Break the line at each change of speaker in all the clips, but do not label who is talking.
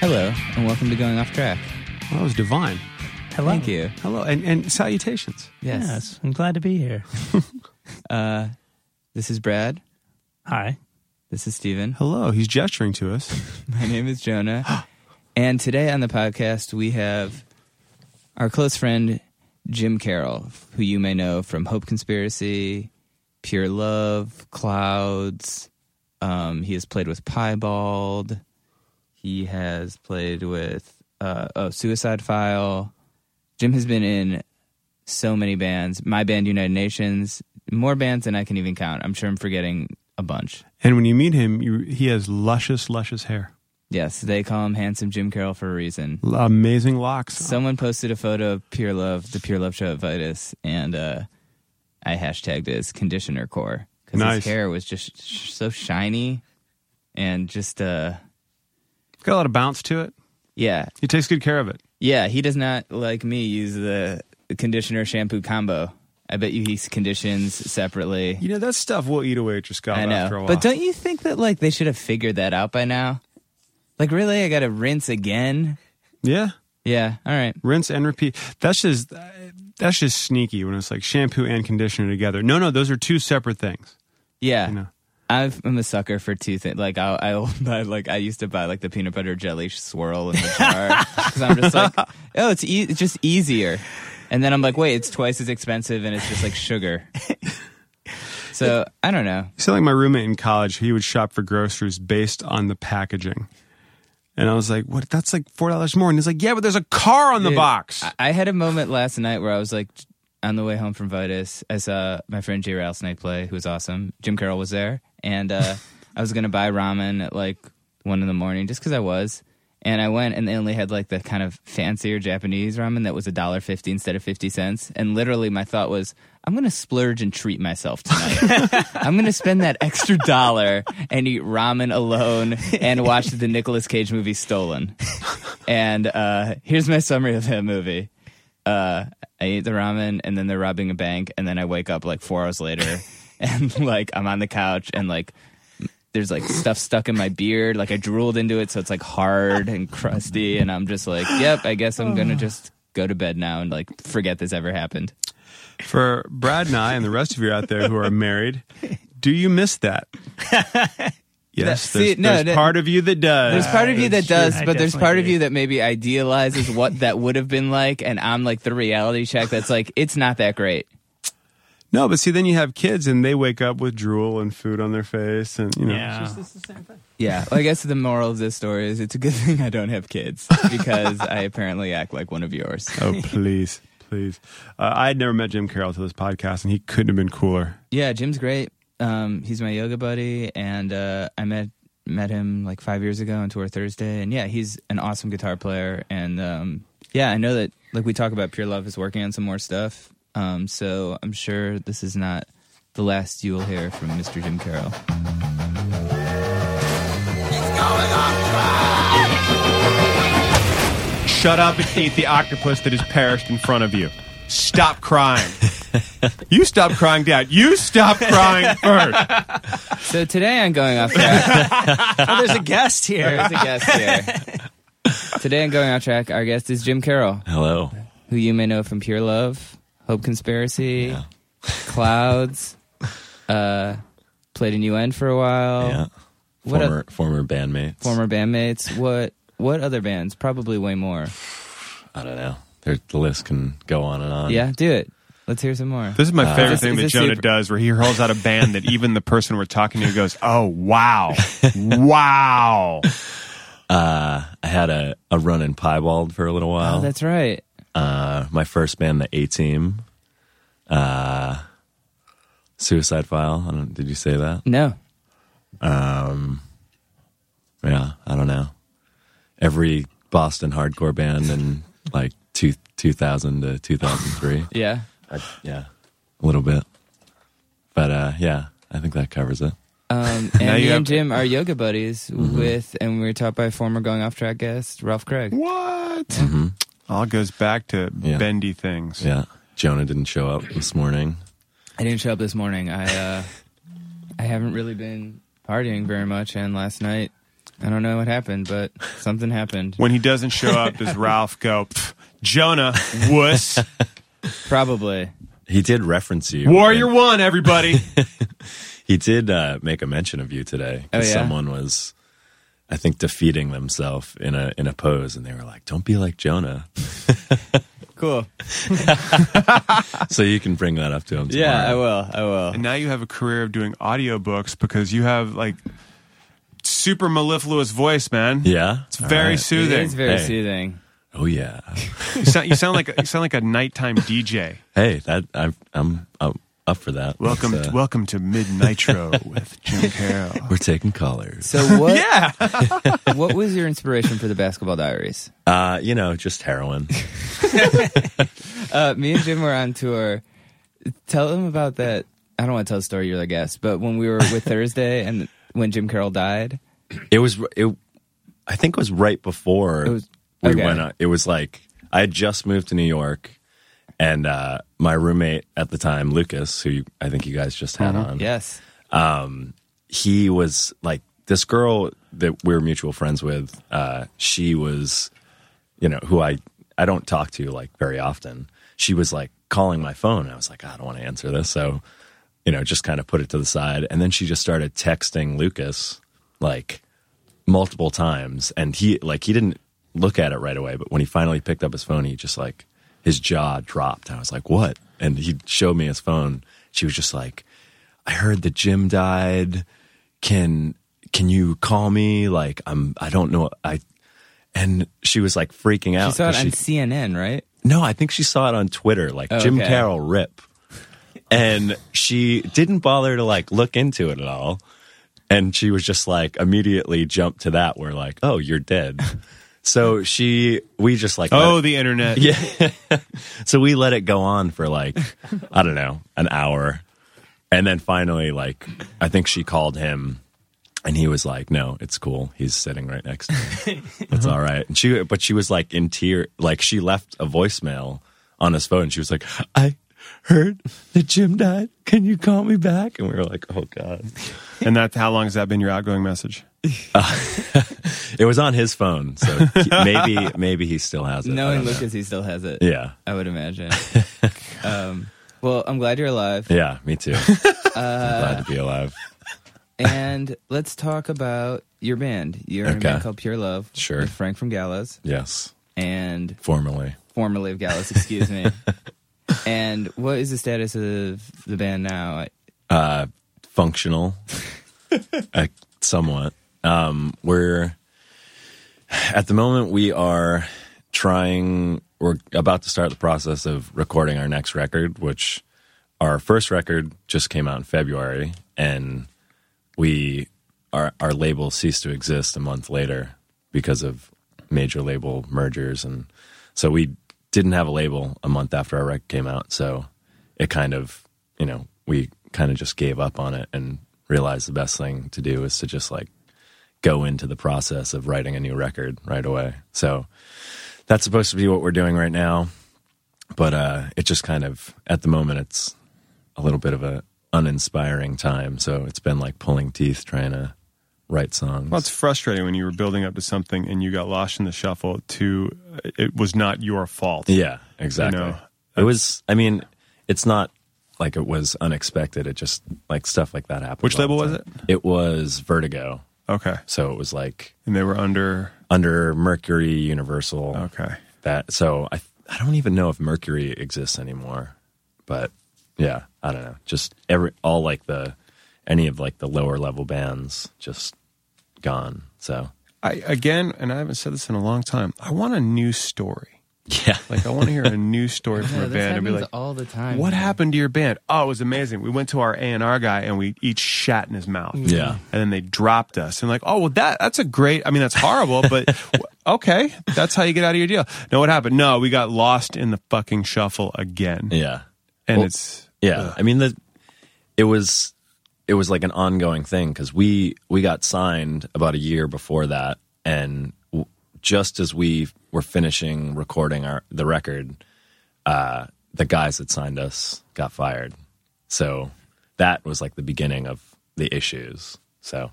Hello, and welcome to Going Off Track.
Well, that Oh, was divine.
Hello.
Thank you.
Hello, and, and salutations.
Yes.
Yes, I'm glad to be here.
Uh, this is Brad.
Hi.
This is Steven.
Hello. He's gesturing to us.
My name is Jonah. and today on the podcast, we have our close friend, Jim Carroll, who you may know from Hope Conspiracy, Pure Love, Clouds. Um, he has played with Piebald. He has played with uh, oh, Suicide File. Jim has been in so many bands. My band, United Nations, more bands than I can even count. I'm sure I'm forgetting a bunch.
And when you meet him, you, he has luscious, luscious hair,
Yes, they call him Handsome Jim Carroll for a reason.
L- amazing locks.
Someone posted a photo of Pure Love, the Pure Love show at Vitus, and uh, I hashtagged it as conditioner core because
Nice.
his hair was just sh- so shiny and just uh,
Got a lot of bounce to it.
yeah,
He takes good care of it.
yeah. He does not like me use the conditioner shampoo combo. I bet you he conditions separately.
You know, that stuff will eat away at your scalp
I
after a
know,
while.
but don't you think that like they should have figured that out by now? Like, really, I got to rinse again?
yeah.
Yeah. All right.
Rinse and repeat. That's just that's just sneaky when it's like shampoo and conditioner together. No, no, those are two separate things.
Yeah.
You know.
I've, I'm a sucker for two things. Like I, I'll buy like I used to buy like the peanut butter jelly swirl in the jar because I'm just like, oh, it's, e- it's just easier. And then I'm like, wait, it's twice as expensive and it's just like sugar. so I don't know.
So like my roommate in college, he would shop for groceries based on the packaging. And I was like, "What? That's like four dollars more." And he's like, "Yeah, but there's a car on the
Dude,
box."
I, I had a moment last night where I was like, on the way home from Vitus, I saw my friend Jay Rattlesnake play, who was awesome. Jim Carroll was there, and uh, I was gonna buy ramen at like one in the morning just because I was. And I went, and they only had like the kind of fancier Japanese ramen that was a dollar fifty instead of fifty cents. And literally, my thought was, I'm gonna splurge and treat myself tonight. I'm gonna spend that extra dollar and eat ramen alone and watch the Nicolas Cage movie Stolen. And uh, here's my summary of that movie. Uh, I eat the ramen and then they're robbing a bank and then I wake up like four hours later and like I'm on the couch and like there's like stuff stuck in my beard like I drooled into it so it's like hard and crusty and I'm just like yep I guess I'm gonna just go to bed now and like forget this ever happened.
for Brad and I and the rest of you out there who are married, do you miss that? yes,
see,
there's,
no,
there's
that-
part of you that does.
There's part of you that does,
I
but there's
definitely
part of
do.
you that maybe idealizes what that would have been like, and I'm like the reality check that's like it's not that great.
no, but see, then you have kids and they wake up with drool and food on their face, and you know,
Yeah.
Yeah, well, I guess the moral of this story is it's a good thing I don't have kids because I apparently act like one of yours.
oh please, please. Uh, I had never met Jim Carroll to this podcast, and he couldn't have been cooler.
Yeah, Jim's great. Um, he's my yoga buddy, and uh, I met met him like five years ago on Tour Thursday, and yeah, he's an awesome guitar player. And um, yeah, I know that like we talk about Pure Love is working on some more stuff, um, so I'm sure this is not the last you'll hear from Mr. Jim Carroll.
Shut up and eat the octopus that has perished in front of you. Stop crying. You stop crying, Dad. You stop crying first.
So today I'm going off track.
Oh, there's a guest
There
here.
is a guest here. Today I'm going off track. Our guest is Jim Carroll,
Hello.
who you may know from Pure Love, Hope Conspiracy, Clouds. Uh, played in UN for a while.
yeah.
Oh. what a-
Former former bandmates.
Former bandmates. What? What other bands? Probably way more.
I don't know. There, the list can go on and on.
Yeah, do it. Let's hear some more.
This is
Uh,
my favorite
Is this-
thing
is
that
this
Jonah
super-
does, where he hurls out a band that even the person we're talking to goes, "Oh wow, wow."
I had a, a run in Piebald for a little while.
Oh, that's right.
uh, my first band, the A Team. Uh, Suicide File. I don't, did you say that?
No.
Yeah, I don't know. Every Boston hardcore band in like two, 2000 to 2003.
Yeah.
I, yeah, a little bit. But uh, yeah, I think that covers it.
Um,
Now
and
you
me and
have-
Jim are yoga buddies with, and we were taught by former going off track guest Ralph Craig.
What? All goes back to
Mm-hmm. Yeah.
bendy things.
Yeah. Jonah didn't show up this morning.
I didn't show up this morning. I uh, I haven't really been partying very much, and last night I don't know what happened, but something happened.
When he doesn't show up, does Ralph go, "Pff, Jonah, wuss,
Probably.
He did reference you.
Warrior One, everybody?
He did uh, make a mention of you today. 'cause
Oh, yeah?
Someone was, I think, defeating themselves in a in a pose, and they were like, "Don't be like Jonah."
Cool.
so you can bring that up to him.
Yeah, I
tomorrow.
will. I will.
And now you have a career of doing audiobooks because you have like super mellifluous voice, man.
Yeah,
It's
All
very
right.
soothing.
It's very
Hey.
soothing.
Oh yeah.
you, sound, you sound like you sound like a nighttime DJ.
Hey, that I'm I'm, I'm up for that.
Welcome,
Let's, uh,
welcome to Mid Nitro with Jim Carroll.
we're taking callers.
So what? yeah. what was your inspiration for the Basketball Diaries?
Uh, you know, just heroin.
Uh, me and Jim were on tour. Tell them about that. I don't want to tell the story. You're the guest, but when we were with Thursday and when Jim Carroll died,
It was it. I think it was right before
It was-
we
okay.
went. On, it was like I had just moved to New York, and uh, my roommate at the time, Lucas, who you, I think you guys just had
Mm-hmm.
on,
yes,
he was like this girl that we were mutual friends with. Uh, she was, you know, who I I don't talk to like very often. She was like calling my phone. I was like, I don't want to answer this, so you know, just kind of put it to the side. And then she just started texting Lucas like multiple times, and he like he didn't look at it right away, but when he finally picked up his phone, he just like his jaw dropped. I was like, what? And he showed me his phone. She was just like. I heard that Jim died. Can can you call me? Like I'm I don't know I and she was like freaking
she
out.
saw it
'cause
on CNN, right?
no, I think she saw it on Twitter, like Jim
okay.
Carroll rip. And she didn't bother to like look into it at all. And she was just like immediately jumped to that where like, oh, you're dead. so she we just like let
Oh, the internet. Yeah.
so we let it go on for like, I don't know, an hour. And then finally, like, I think she called him and he was like, no, it's cool. He's sitting right next to me. It's all right. And she, but she was like in tear, like she left a voicemail on his phone. She was like, I heard that Jim died. Can you call me back? And we were like, oh God.
And that how long has that been your outgoing message?
It was on his phone. So he- maybe, maybe he still has it. I
Knowing
don't know.
Lucas, he still has it.
Yeah.
I would imagine. um, well, I'm glad you're alive.
Yeah, me too. I'm glad to be alive.
And let's talk about your band. You're in a
Okay.
band called Pure Love.
Sure.
with Frank from Gallows
Yes,
and
formerly.
formerly of Gallows, excuse me. and what is the status of the band now?
functional, uh, somewhat. Um, we're at the moment we are trying. We're about to start the process of recording our next record, which our first record just came out in February, and we our our label ceased to exist a month later because of major label mergers, and so we didn't have a label a month after our record came out. So it kind of you know we kind of just gave up on it and realized the best thing to do is to just like go into the process of writing a new record right away. So that's supposed to be what we're doing right now. but uh, it just kind of at the moment it's a little bit of a uninspiring time. So it's been like pulling teeth trying to write songs.
Well, it's frustrating when you were building up to something and you got lost in the shuffle. To uh, it was not your fault.
yeah, exactly.
You know,
it was. I mean, it's not like it was unexpected. It just like stuff like that happened.
Which
all the
label was
time. It was Vertigo.
Okay,
So it was like
and they were under.
under Mercury Universal.
Okay,
That so I I don't even know if Mercury exists anymore, but yeah, I don't know. Just every all like the any of like the lower level bands just gone. So
I again, and I haven't said this in a long time. I want a new story.
yeah,
Like I want to hear a new story from
Yeah,
a
this
band and be
happens
like,
all the time.
"What
man.
happened to your band? Oh, it was amazing. We went to our A and R guy and we each shat in his mouth.
Yeah.
and then they dropped us and like, oh well, that that's a great. I mean, that's horrible, but w- okay, that's how you get out of your deal. No, what happened? No, we got lost in the fucking shuffle again,
yeah,
and
Well,
it's
yeah. I mean the it was it was like an ongoing thing because we we got signed about a year before that, and w- just as we were finishing recording our the record, uh, the guys that signed us got fired. So that was like the beginning of the issues. So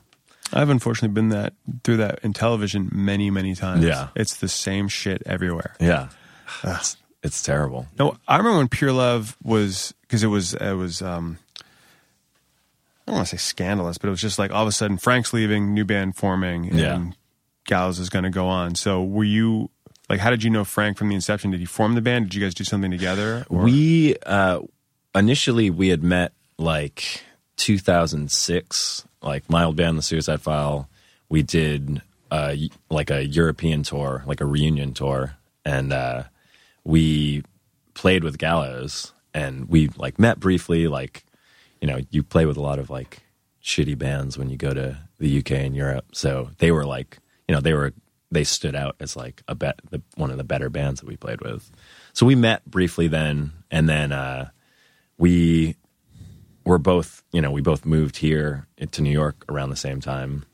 I've unfortunately been that through that in television many, many times.
Yeah.
It's the same shit everywhere.
yeah, it's, it's terrible.
No, I remember when Pure Love was because it was it was um I don't want to say scandalous, but it was just like all of a sudden Frank's leaving, new band forming, and
Yeah.
Gallows is going to go on. So were you like, how did you know Frank from the inception? Did he form the band? Did you guys do something together? Or-
We uh, initially we had met like 2006, like Mild Band, The Suicide File. We did uh, y- like a European tour, like a reunion tour, and uh, we played with Gallows, and we like met briefly. Like, you know, you play with a lot of like shitty bands when you go to the UK and Europe, so they were like, you know, they were they stood out as like a bet the, one of the better bands that we played with. So we met briefly then, and then uh, we were both, you know, we both moved here to New York around the same time,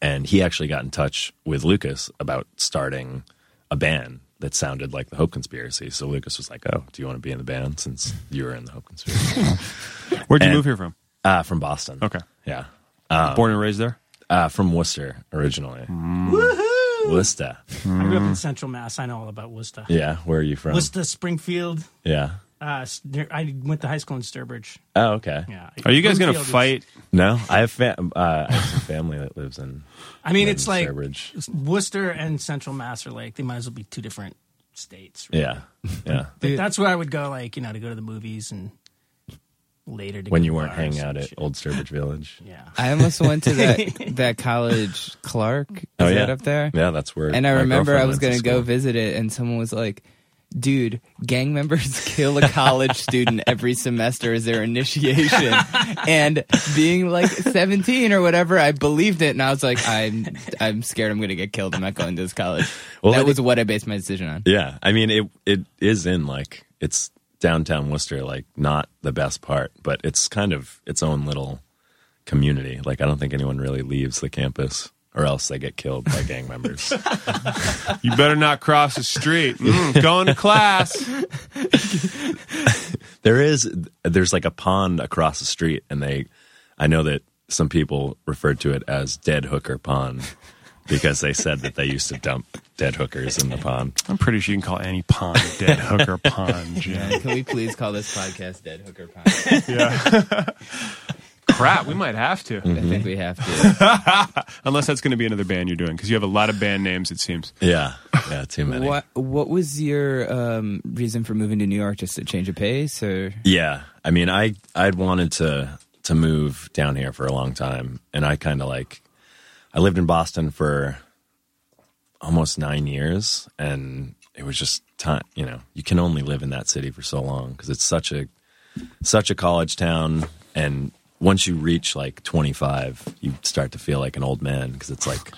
and he actually got in touch with Lucas about starting a band that sounded like the Hope Conspiracy. So Lucas was like, "Oh, do you want to be in the band since you were in the Hope Conspiracy?"
Where'd you
and-
move here from?
uh, from Boston.
Okay.
Yeah.
Born and raised there?
Uh, from Worcester originally.
Mm.
Worcester.
I grew up in Central Mass. I know all about Worcester.
Yeah, where are you from?
Worcester, Springfield.
Yeah.
Uh, S- near- I went to high school in Sturbridge.
Oh, okay.
Yeah.
Are you guys going to
Springfield is-
fight?
No, I have fa- uh, I have some family that lives in.
I mean,
in
it's like
Sturbridge.
Worcester and Central Mass are like they might as well be two different states. Right?
Yeah, yeah.
Like, that's where I would go, like you know, to go to the movies and later to
when
go
you
to
weren't
bars
hanging
and
out at
shit.
Old Sturbridge Village.
Yeah.
I almost went to that that college Clark. Is
Oh, yeah.
that up there?
Yeah, that's where.
And I
my
remember I
girlfriend
was
went
going to go
school.
visit it, and someone was like, Dude, gang members kill a college student every semester as their initiation. and being like 17 or whatever, I believed it. And I was like, I'm, I'm scared I'm going to get killed. I'm not going to this college.
Well, I
that
think-
was what I based my decision on.
Yeah, I mean it. It is in like it's downtown Worcester, like not the best part, but it's kind of its own little community. Like I don't think anyone really leaves the campus, or else they get killed by gang members.
You better not cross the street. Mm, going to class.
There is there's like a pond across the street, and they I know that some people referred to it as Dead Hooker Pond because they said that they used to dump dead hookers in the pond.
I'm pretty sure you can call any pond dead hooker pond, Jim.
Can we please call this podcast Dead Hooker Podcast?
Crap, we might have to.
I think we have to.
Unless that's going to be another band you're doing, because you have a lot of band names, it seems.
Yeah, yeah, too many.
What, what was your um, reason for moving to New York? Just to change of pace or?
Yeah, I mean, I I'd wanted to to move down here for a long time, and I kind of like I lived in Boston for almost nine years, and it was just time. You know, you can only live in that city for so long because it's such a such a college town, and once you reach like twenty five, you start to feel like an old man because it's like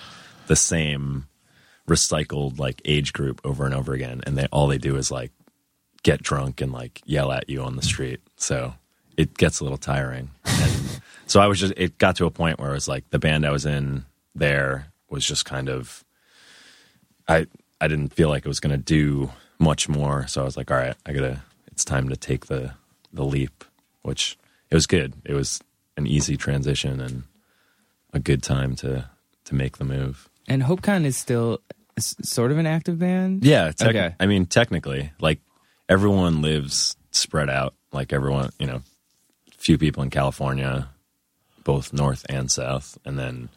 the same recycled like age group over and over again, and they all they do is like get drunk and like yell at you on the street. So it gets a little tiring. And so I was just, it got to a point where it was like the band I was in there was just kind of, I, I didn't feel like it was going to do much more. So I was like, all right, I gotta. It's time to take the the leap. Which it was good. It was an easy transition and a good time to to make the move.
And HopeCon is still s- sort of an active band.
Yeah. Tec-
Okay.
I mean, technically, like everyone lives spread out. Like everyone, you know, few people in California, both north and south, and then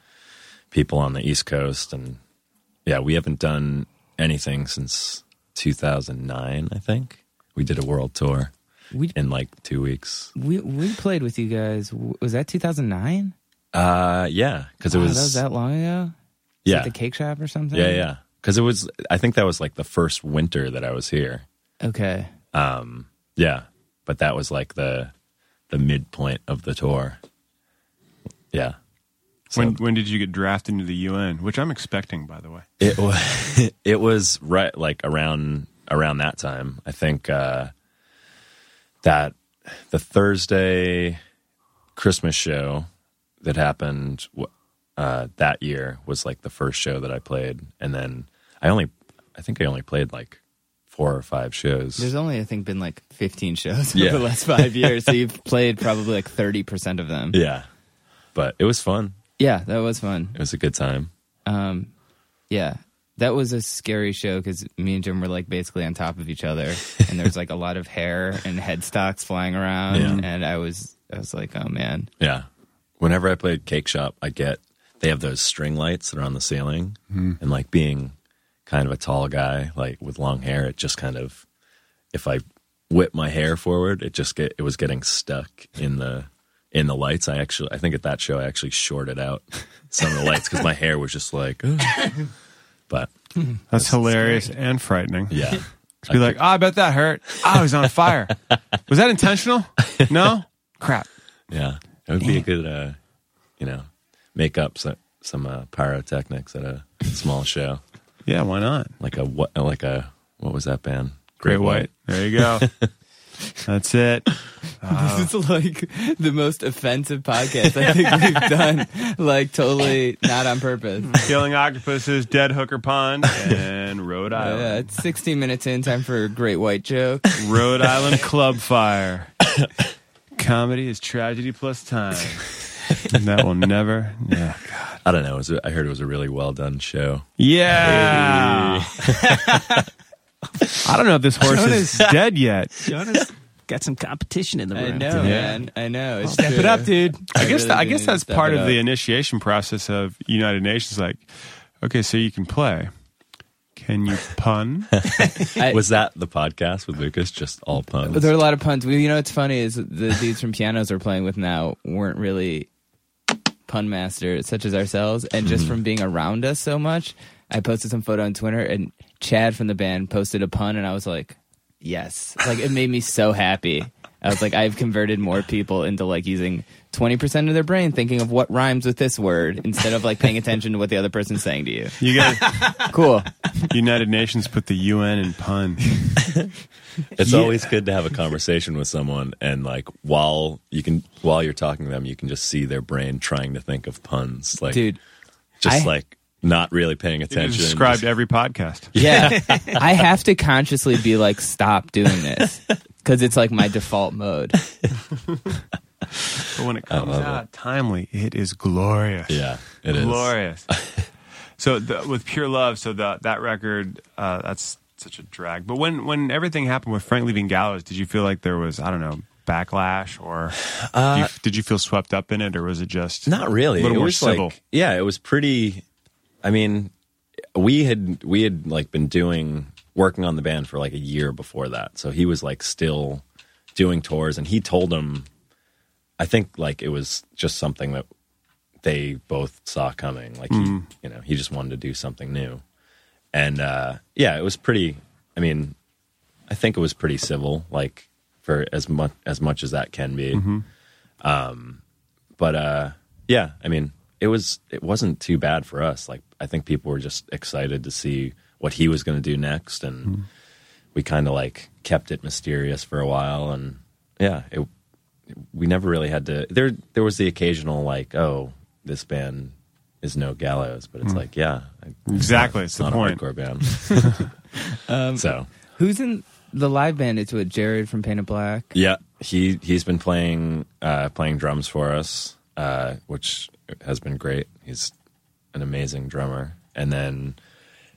people on the East Coast. And yeah, we haven't done anything since 2009, I think. We did a world tour
We
in like two weeks.
we we played with you guys. W- Was that 2009?
Uh, yeah, because it
Wow,
was,
that was that long ago. It was
yeah,
at the cake shop or something.
yeah, yeah. Because it was, I think that was like the first winter that I was here.
Okay.
Um, yeah, but that was like the the midpoint of the tour. Yeah,
when when did you get drafted into the UN? Which I'm expecting, by the way.
it was it was right like around around that time. I think uh, that the Thursday Christmas show that happened w- uh, that year was like the first show that I played, and then I only I think I only played like four or five shows.
There's only I think been like 15 shows
Yeah.
over the last five years, so you've played probably like 30 percent of them.
yeah, but it was fun.
Yeah, that was fun.
It was a good time.
Um, yeah, that was a scary show because me and Jim were like basically on top of each other, and there was like a lot of hair and headstocks flying around,
Yeah.
and I was I was like, oh man,
Yeah. Whenever I played Cake Shop, I get they have those string lights that are on the ceiling, and like being kind of a tall guy, like with long hair, it just kind of if I whip my hair forward, it just get it was getting stuck in the in the lights. I actually, I think at that show, I actually shorted out some of the lights because my hair was just like, "Ugh." but
That's hilarious and frightening.
yeah,
To be like, oh, I bet that hurt. Ah, I was on fire. was that intentional? No? Crap.
yeah, it would be a good, uh, you know, make up some some uh, pyrotechnics at a small show.
Yeah, why not?
like a what like a what was that band
Great white. There you go. That's it.
this is like the most offensive podcast I think we've done, like totally not on purpose.
Killing octopuses, dead hooker pond, and Rhode
Yeah,
Island.
it's 16 minutes in, time for a great white joke.
Rhode Island Club Fire. Comedy is tragedy plus time. And that will never. Yeah.
i don't know it was a- i heard it was a really well done show
Yeah. I don't know if this horse is dead yet.
Jonas got some competition in the
I
room.
know, man. I know. It's
Step it
true.
up, dude.
I, guess
really
that, I
do
guess
need to
that's
step
part
it
of the
up.
initiation process of United Nations. Like, okay, so you can play. Can you pun?
I-
was that the podcast with lucas just all puns
There are a lot of puns. Well, You know what's funny is the dudes from pianos we're playing with now weren't really pun masters such as ourselves, and just from being around us so much, I posted some photo on Twitter, and Chad from the band posted a pun, and I was like, yes, like it made me so happy. I was like, I've converted more people into like using twenty percent of their brain thinking of what rhymes with this word instead of like paying attention to what the other person's saying to you.
You guys,
Cool.
United Nations put the UN in pun.
it's always good to have a conversation with someone and like while you can while you're talking to them you can just see their brain trying to think of puns like
Dude,
just
I-
like not really paying
You
attention
described every podcast.
Yeah. I have to consciously be like, stop doing this because it's like my default mode.
But when it comes out timely, it is glorious.
yeah it is
glorious. so the, with pure love, so the, that record, uh, that's such a drag. But when when everything happened with Frank leaving Gallows, did you feel like there was I don't know backlash or do you, did you feel swept up in it or was it just
Uh, Not really.
A little
it
more
was
civil.
Like, yeah, it was pretty. I mean, we had we had like been doing working on the band for like a year before that, so he was like still doing tours, and he told him, I think like it was just something that they both saw coming. Like
Mm.
he, you know, he just wanted to do something new, and uh, yeah, it was pretty. I mean, I think it was pretty civil, like for as much as much as that can be.
Mm-hmm.
Um, but uh, yeah, I mean, it was it wasn't too bad for us. Like I think people were just excited to see what he was going to do next, and we kind of like kept it mysterious for a while. And yeah, it we never really had to. There there was the occasional like, oh, this band is no gallows, but it's like, yeah, it's
exactly. It's the
not a
point.
hardcore band. so
Who's in the live band? It's with Jared from Painted Black.
Yeah, he he's been playing uh, playing drums for us, uh, which has been great. He's an amazing drummer, and then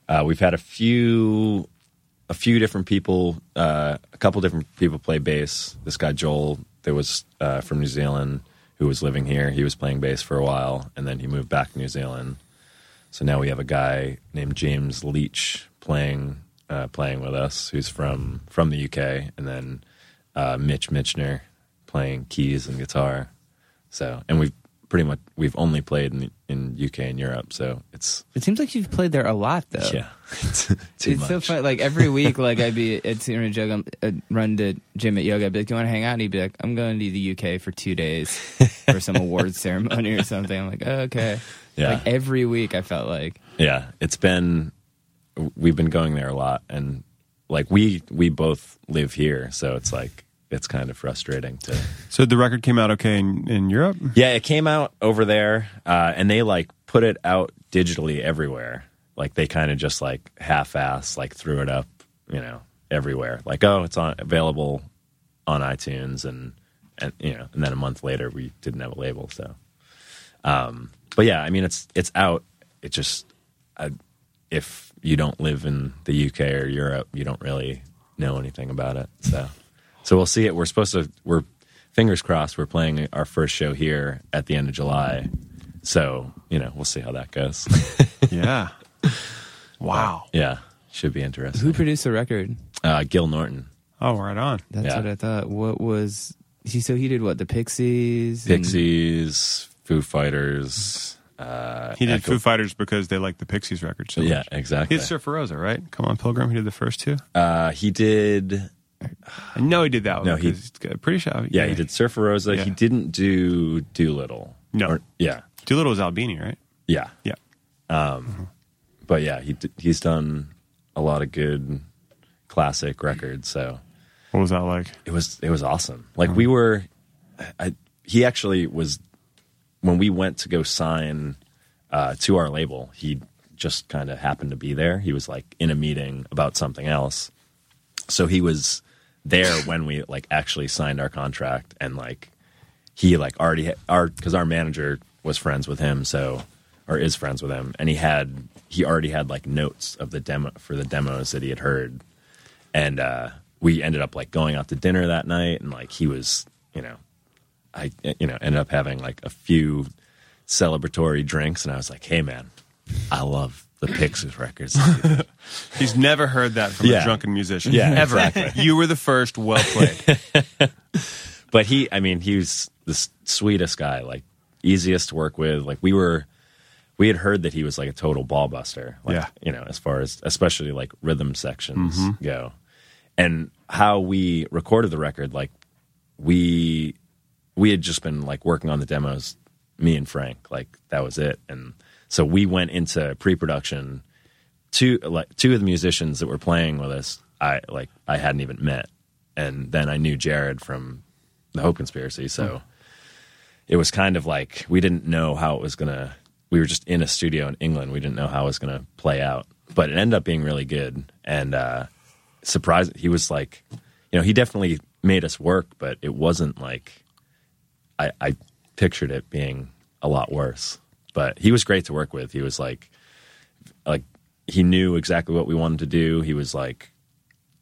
uh, we've had a few a few different people, uh, a couple different people play bass. This guy Joel, that was uh, from New Zealand, who was living here. He was playing bass for a while, and then he moved back to New Zealand. So now we have a guy named James Leach playing uh, playing with us, who's from from the UK, and then uh, Mitch Mitchner playing keys and guitar. So, and we've pretty much we've only played in in UK and Europe. So it's
It seems like you've played there a lot, though.
yeah, too
it's
much.
so fun. Like every week, like I'd be at Senior Jug, I'm- I'd run to Jim at yoga. I'd be like, "Do you want to hang out?" And he'd be like, "I'm going to the UK for two days for some awards ceremony or something." I'm like, oh, "Okay."
Yeah.
Like every week, I felt like
Yeah, it's been we've been going there a lot, and like we we both live here, so it's like it's kind of frustrating to.
So the record came out okay in, in Europe.
Yeah, it came out over there, uh, and they like put it out digitally everywhere. Like they kind of just like half-ass like threw it up, you know, everywhere. Like oh, it's on available on iTunes, and and you know, and then a month later we didn't have a label. So, um, but yeah, I mean it's it's out. It just I, if you don't live in the UK or Europe, you don't really know anything about it. So, so we'll see it. We're supposed to. We're fingers crossed. We're playing our first show here at the end of July. So you know, we'll see how that goes.
Yeah. wow.
yeah, should be
who
interesting.
produced the record.
Uh, Gil Norton,
Oh, right on.
That's
Yeah.
what I thought. What was he? So he did what? The Pixies. and-
Pixies, Foo Fighters. Uh,
He did
Echo-
Foo Fighters because they liked the Pixies record so
Yeah,
much. He
exactly.
did Surfer Rosa, right? Come on, Pilgrim. He did the first two.
Uh, he did.
I know he did that one.
No, he-
because it's pretty sure.
Yeah, he did Surfer Rosa.
Yeah.
He didn't do Doolittle.
No.
yeah,
Doolittle was Albini, right?
yeah.
Yeah.
but yeah, he d- he's done a lot of good classic records. So
What was that like?
it was it was awesome. Like we were, I, he actually was when we went to go sign uh, to our label. He just kind of happened to be there. He was like in a meeting about something else, so he was there when we like actually signed our contract and like he like already had, our because our manager was friends with him so or is friends with him and he had he already had like notes of the demo for the demos that he had heard and uh we ended up like going out to dinner that night and like he was you know i you know ended up having like a few celebratory drinks and i was like hey man i love the pixies records
He's never heard that from
Yeah.
a drunken musician.
Yeah,
ever. You were the first. Well played.
but he i mean he was the s- sweetest guy like easiest to work with like we were we had heard that he was like a total ball buster like,
Yeah.
you know as far as especially like rhythm sections go and how we recorded the record like we we had just been like working on the demos me and frank like that was it and so we went into pre-production two like two of the musicians that were playing with us i like i hadn't even met and then i knew jared from the hope conspiracy so it was kind of like we didn't know how it was gonna we were just in a studio in england we didn't know how it was gonna play out but it ended up being really good and uh surprised he was like you know he definitely made us work but it wasn't like i i pictured it being a lot worse but he was great to work with he was like like he knew exactly what we wanted to do he was like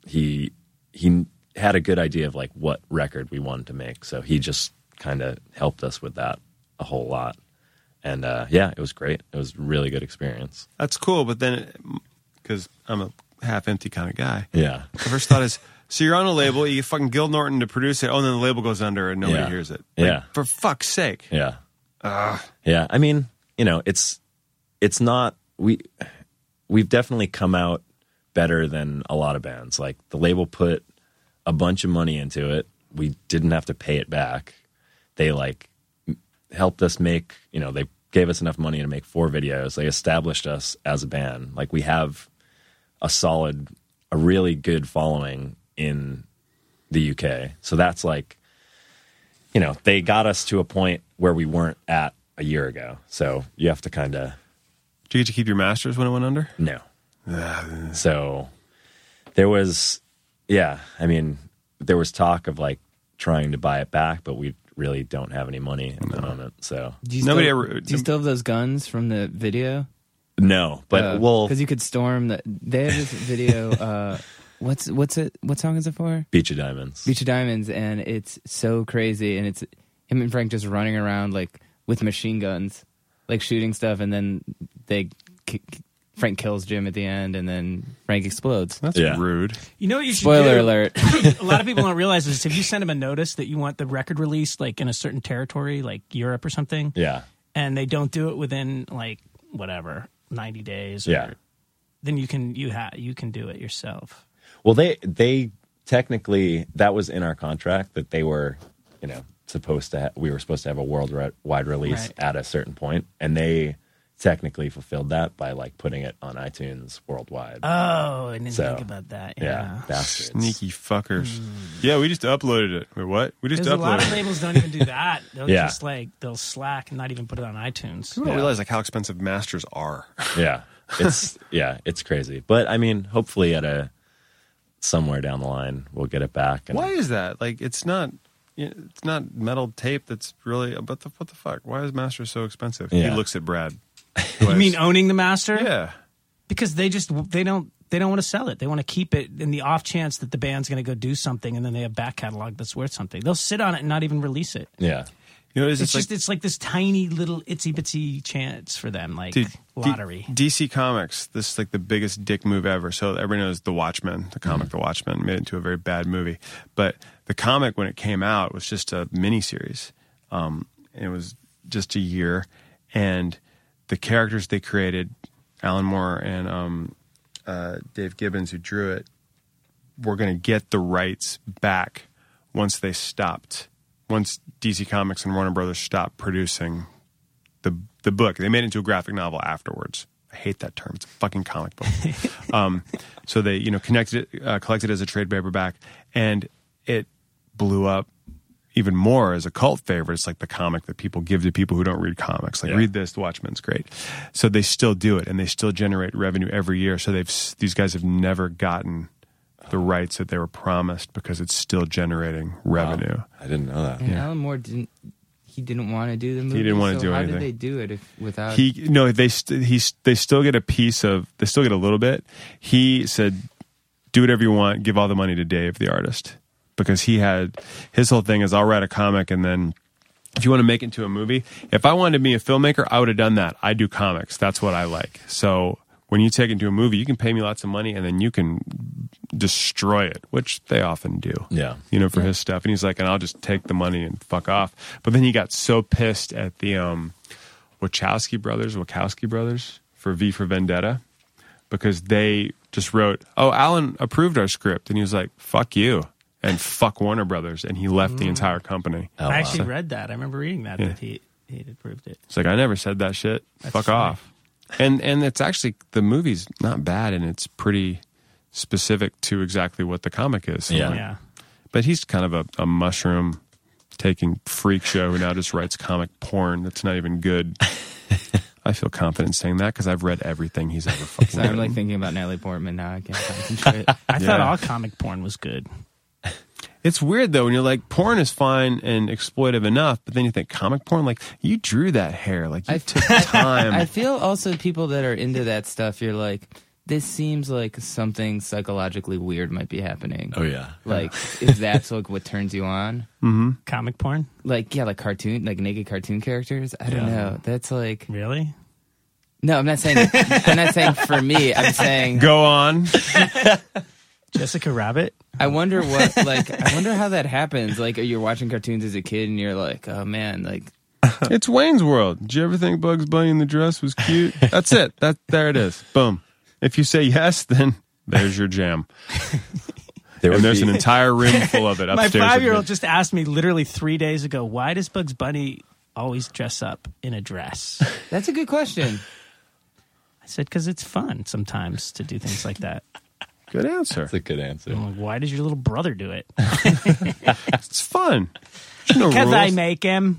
he he had a good idea of like what record we wanted to make so he just kind of helped us with that a whole lot and uh, yeah it was great it was a really good experience
That's cool. But then, because I'm a half empty kind of guy,
yeah
the first thought is, so you're on a label, you get fucking Gil Norton to produce it, oh, and then the label goes under and nobody
Yeah.
hears it.
Yeah.
For fuck's sake.
Yeah. Yeah. I mean, you know, it's it's not we we've definitely come out better than a lot of bands. Like the label put a bunch of money into it. We didn't have to pay it back. They like m- helped us make, you know, they gave us enough money to make four videos. They established us as a band. Like we have a solid a really good following in the UK. So that's like you know, they got us to a point where we weren't at a year ago. So you have to kind of
Did you get to keep your masters when it went under?
know. so there was yeah, I mean, there was talk of like trying to buy it back, but we really don't have any money at the moment. So
Do you
Nobody
still,
ever-
Do you still have those guns from the video?
no, but we'll
because Uh, you could storm the. They have this video. uh, what's what's it? What song is it for?
Beach of Diamonds.
Beach of Diamonds, and it's so crazy, and it's him and Frank just running around like with machine guns, like shooting stuff, and then they k- k- Frank kills Jim at the end, and then Frank explodes.
That's
Yeah.
rude.
You know what you should
Spoiler
do?
alert.
a lot of people don't realize is if you send them a notice that you want the record released like in a certain territory, like Europe or something,
yeah,
and they don't do it within like whatever ninety days, or,
Yeah.
then you can you ha- you can do it yourself.
well, they they technically that was in our contract that they were, you know, supposed to ha- we were supposed to have a worldwide release
Right.
at a certain point, and they technically fulfilled that by like putting it on iTunes worldwide.
Oh, I didn't
So,
think about that. Yeah,
yeah, bastards.
Sneaky fuckers. Yeah, we just uploaded it. Wait, what? We just
There's a lot of
uploaded it.
labels don't even do that. They'll
Yeah.
just like they'll slack and not even put it on iTunes.
People don't realize like how expensive masters are.
Yeah. It's yeah, it's crazy. But I mean, hopefully at a somewhere down the line we'll get it back. And
Why is that? Like, it's not. It's not metal tape. That's really. But the, what the fuck? Why is master so expensive? He
Yeah.
looks at Brad.
You mean owning the master?
Yeah.
because they just they don't they don't want to sell it. They want to keep it in the off chance that the band's going to go do something, and then they have back catalog that's worth something. They'll sit on it and not even release it.
Yeah.
You know, it's,
It's,
it's
just
like
it's like this tiny little itsy bitsy chance for them, like
dude, D-
lottery.
DC Comics. This is like the biggest dick move ever. So everybody knows The Watchmen, the comic
Mm-hmm.
The Watchmen, made it into a very bad movie. But the comic when it came out was just a miniseries. Um, and it was just a year, and the characters they created, Alan Moore and um, uh, Dave Gibbons, who drew it, were going to get the rights back once they stopped, once DC Comics and Warner Brothers stopped producing the the book. They made it into a graphic novel afterwards. I hate that term. It's a fucking comic book. um, so they you know connected it, uh, collected it as a trade paperback, and it blew up even more as a cult favorite. It's like the comic that people give to people who don't read comics. Like
Yeah.
read this, The Watchmen's great. So they still do it, and they still generate revenue every year. So they've s- these guys have never gotten the rights that they were promised because it's still generating revenue.
Um, I didn't know that.
And Alan Moore didn't. He didn't want to do the movie.
didn't want to
so
do
how
anything.
did they do it if, without?
He no, they st- he st- they still get a piece of they still get a little bit. He said, "Do whatever you want. Give all the money to Dave, the artist, because he had his whole thing is I'll write a comic and then." If you want to make it into a movie, if I wanted to be a filmmaker, I would have done that. I do comics. That's what I like. So when you take it to a movie, you can pay me lots of money and then you can destroy it, which they often do
Yeah.
you know, for his stuff. And he's like, and I'll just take the money and fuck off. But then he got so pissed at the um, Wachowski brothers, Wachowski brothers for V for Vendetta, because they just wrote, oh, Alan approved our script. And he was like, fuck you and fuck Warner Brothers. And he left
Mm.
the entire company.
Oh,
I
wow.
actually read that. I remember reading that
Yeah.
that he he had approved it.
It's like, I never said that shit.
That's
fuck
funny.
off. And, and it's actually, the movie's not bad and it's pretty specific to exactly what the comic is. So
Yeah.
I'm like,
Yeah,
But he's kind of a, a mushroom taking freak show who now just writes comic porn that's not even good. I feel confident saying that because I've read everything he's ever fucking
Sorry, I'm
written.
like thinking about Natalie Portman now. I can't concentrate.
I thought
Yeah.
all comic porn was good.
it's weird though when you're like porn is fine and exploitive enough, but then you think comic porn like you drew that hair, like you
I-
took time.
I feel also people that are into that stuff. You're like, this seems like something psychologically weird might be happening.
Oh yeah.
Like, if that's like what turns you on,
Comic porn,
like yeah, like cartoon, like naked cartoon characters. I don't know. That's like
really?
no. I'm not saying. I'm not saying for me. I'm saying
Go on.
Jessica Rabbit.
I wonder what like I wonder how that happens. Like you're watching cartoons as a kid and you're like, oh man, like
It's Wayne's World. Did you ever think Bugs Bunny in the dress was cute? That's it. That there it is. Boom. If you say yes, then there's your jam.
There
And
would
there's
be-
an entire room full of it
My
upstairs. with
five year
me.
old just asked me literally three days ago, why does Bugs Bunny always dress up in a dress?
that's a good question.
I said, because it's fun sometimes to do things like that.
good answer.
That's a good answer.
I'm like, why does your little brother do it?
It's fun. There's no
Because I
rules.
make him.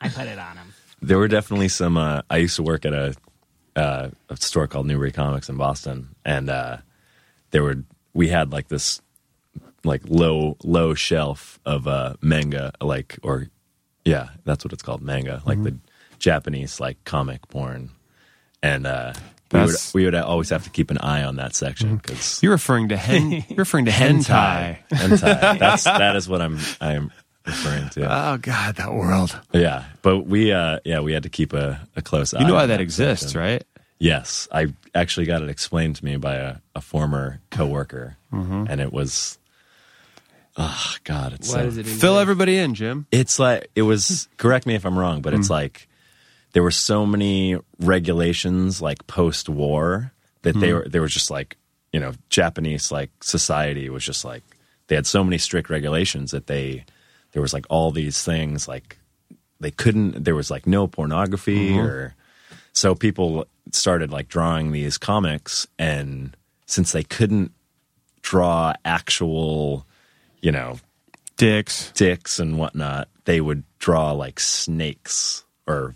I put it on him.
There were definitely some. Uh, I used to work at a, uh, a store called Newbury Comics in Boston, and uh, there were we had like this like low low shelf of uh manga like or yeah that's what it's called manga
Mm-hmm.
like the japanese like comic porn and uh we would,
That's- Mm-hmm.
we would always have to keep an eye on that section because
You're referring to hen. You're referring to hentai.
hentai that's that is what i'm i'm referring to
Oh God, that world.
yeah but we uh yeah we had to keep a, a close eye
You know why
on
that exists,
section.
right?
Yes, I actually got it explained to me by a, a former coworker, and it was, oh God, it's
Why
so-
does it exist?
Fill everybody in, Jim.
it's like it was. correct me if I'm wrong, but it's like there were so many regulations like post war that they were they were just like you know Japanese like society was just like they had so many strict regulations that they there was like all these things like they couldn't there was like no pornography or so people started like drawing these comics and since they couldn't draw actual you know
Dicks.
dicks and whatnot, they would draw like snakes or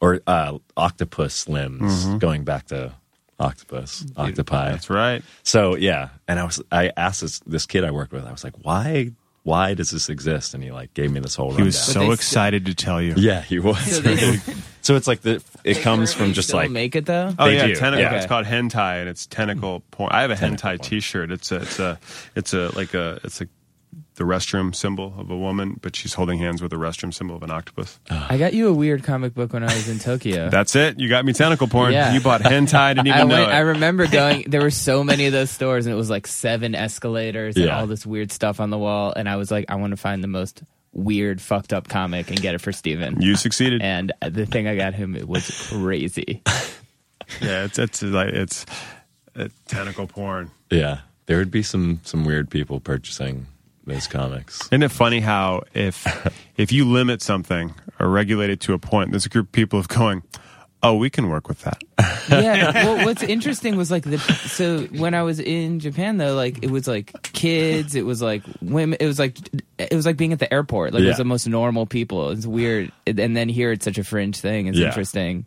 or uh, octopus limbs, going back to octopus, octopi.
Mm-hmm. That's right.
So yeah, and I was I asked this this kid I worked with, I was like, why why does this exist? And he like gave me this whole
He
rundown.
was
they
so
st-
excited to tell you.
yeah, he was.
So
So,
they-
it's like the it comes from just like uh,
make it though.
Oh
They
yeah,
do,
tentacle.
yeah.
It's called hentai, and it's tentacle porn. I have a
Tentacle
hentai
porn.
T-shirt. It's a, it's a, it's a like a, it's a, the restroom symbol of a woman, but she's holding hands with the restroom symbol of an octopus.
I got you a weird comic book when I was in Tokyo.
That's it. You got me tentacle porn.
Yeah.
You bought hentai. Didn't even
I,
know
went,
it.
I remember going. There were so many of those stores, and it was like seven escalators and
Yeah.
all this weird stuff on the wall. And I was like, I want to find the most weird, fucked up comic and get it for Steven.
you succeeded.
and the thing I got him it was crazy.
Yeah, it's it's like it's, it's tentacle porn.
yeah, there would be some some weird people purchasing those comics.
Isn't it funny how if if you limit something or regulate it to a point, there's a group of people of going, oh, we can work with that.
yeah. Well, what's interesting was like the so when I was in Japan though, like it was like kids, it was like women, it was like it was like being at the airport. Like it
Yeah.
was the most normal people. It's weird, and then here it's such a fringe thing. It's
Yeah.
interesting.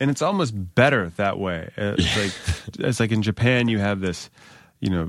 and it's almost better that way. Uh, It's like it's like in Japan, you have this, you know,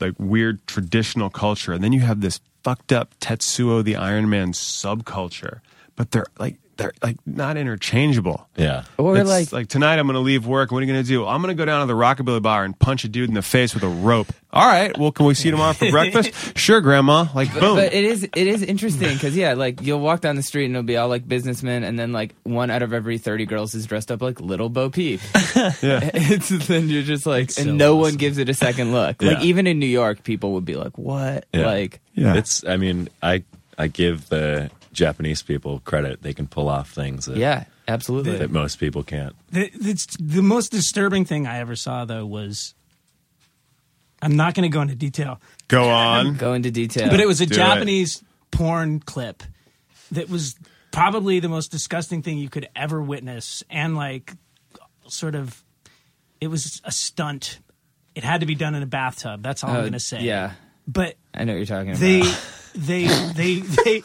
like weird traditional culture, and then you have this fucked up Tetsuo the Iron Man subculture. But they're like they're like not interchangeable.
Yeah,
Or
It's
like
tonight, I'm going to leave work. What are you going to do? I'm going to go down to the Rockabilly Bar and punch a dude in the face with a rope. All right. Well, can we see you tomorrow for breakfast? Sure, Grandma. Like boom.
But it is it is interesting because yeah, like you'll walk down the street and it'll be all like businessmen, and then like one out of every thirty girls is dressed up like little Bo Peep.
yeah.
it's then you're just like, and
so
no one gives it a second look. Like
Yeah.
even in New York, people would be like, "What?"
Yeah.
Like
Yeah.
It's I mean, I I give the Japanese people credit. They can pull off things that,
yeah, absolutely.
that most people can't.
The, it's, the most disturbing thing I ever saw, though, was I'm not going to go into detail,
Go on.
Go into detail,
but it was a
Do it.
Japanese porn clip that was probably the most disgusting thing you could ever witness, and like sort of, it was a stunt. It had to be done in a bathtub. That's all I'm
Oh,
going to say.
Yeah,
but
I know what you're talking about.
they, they, they, they.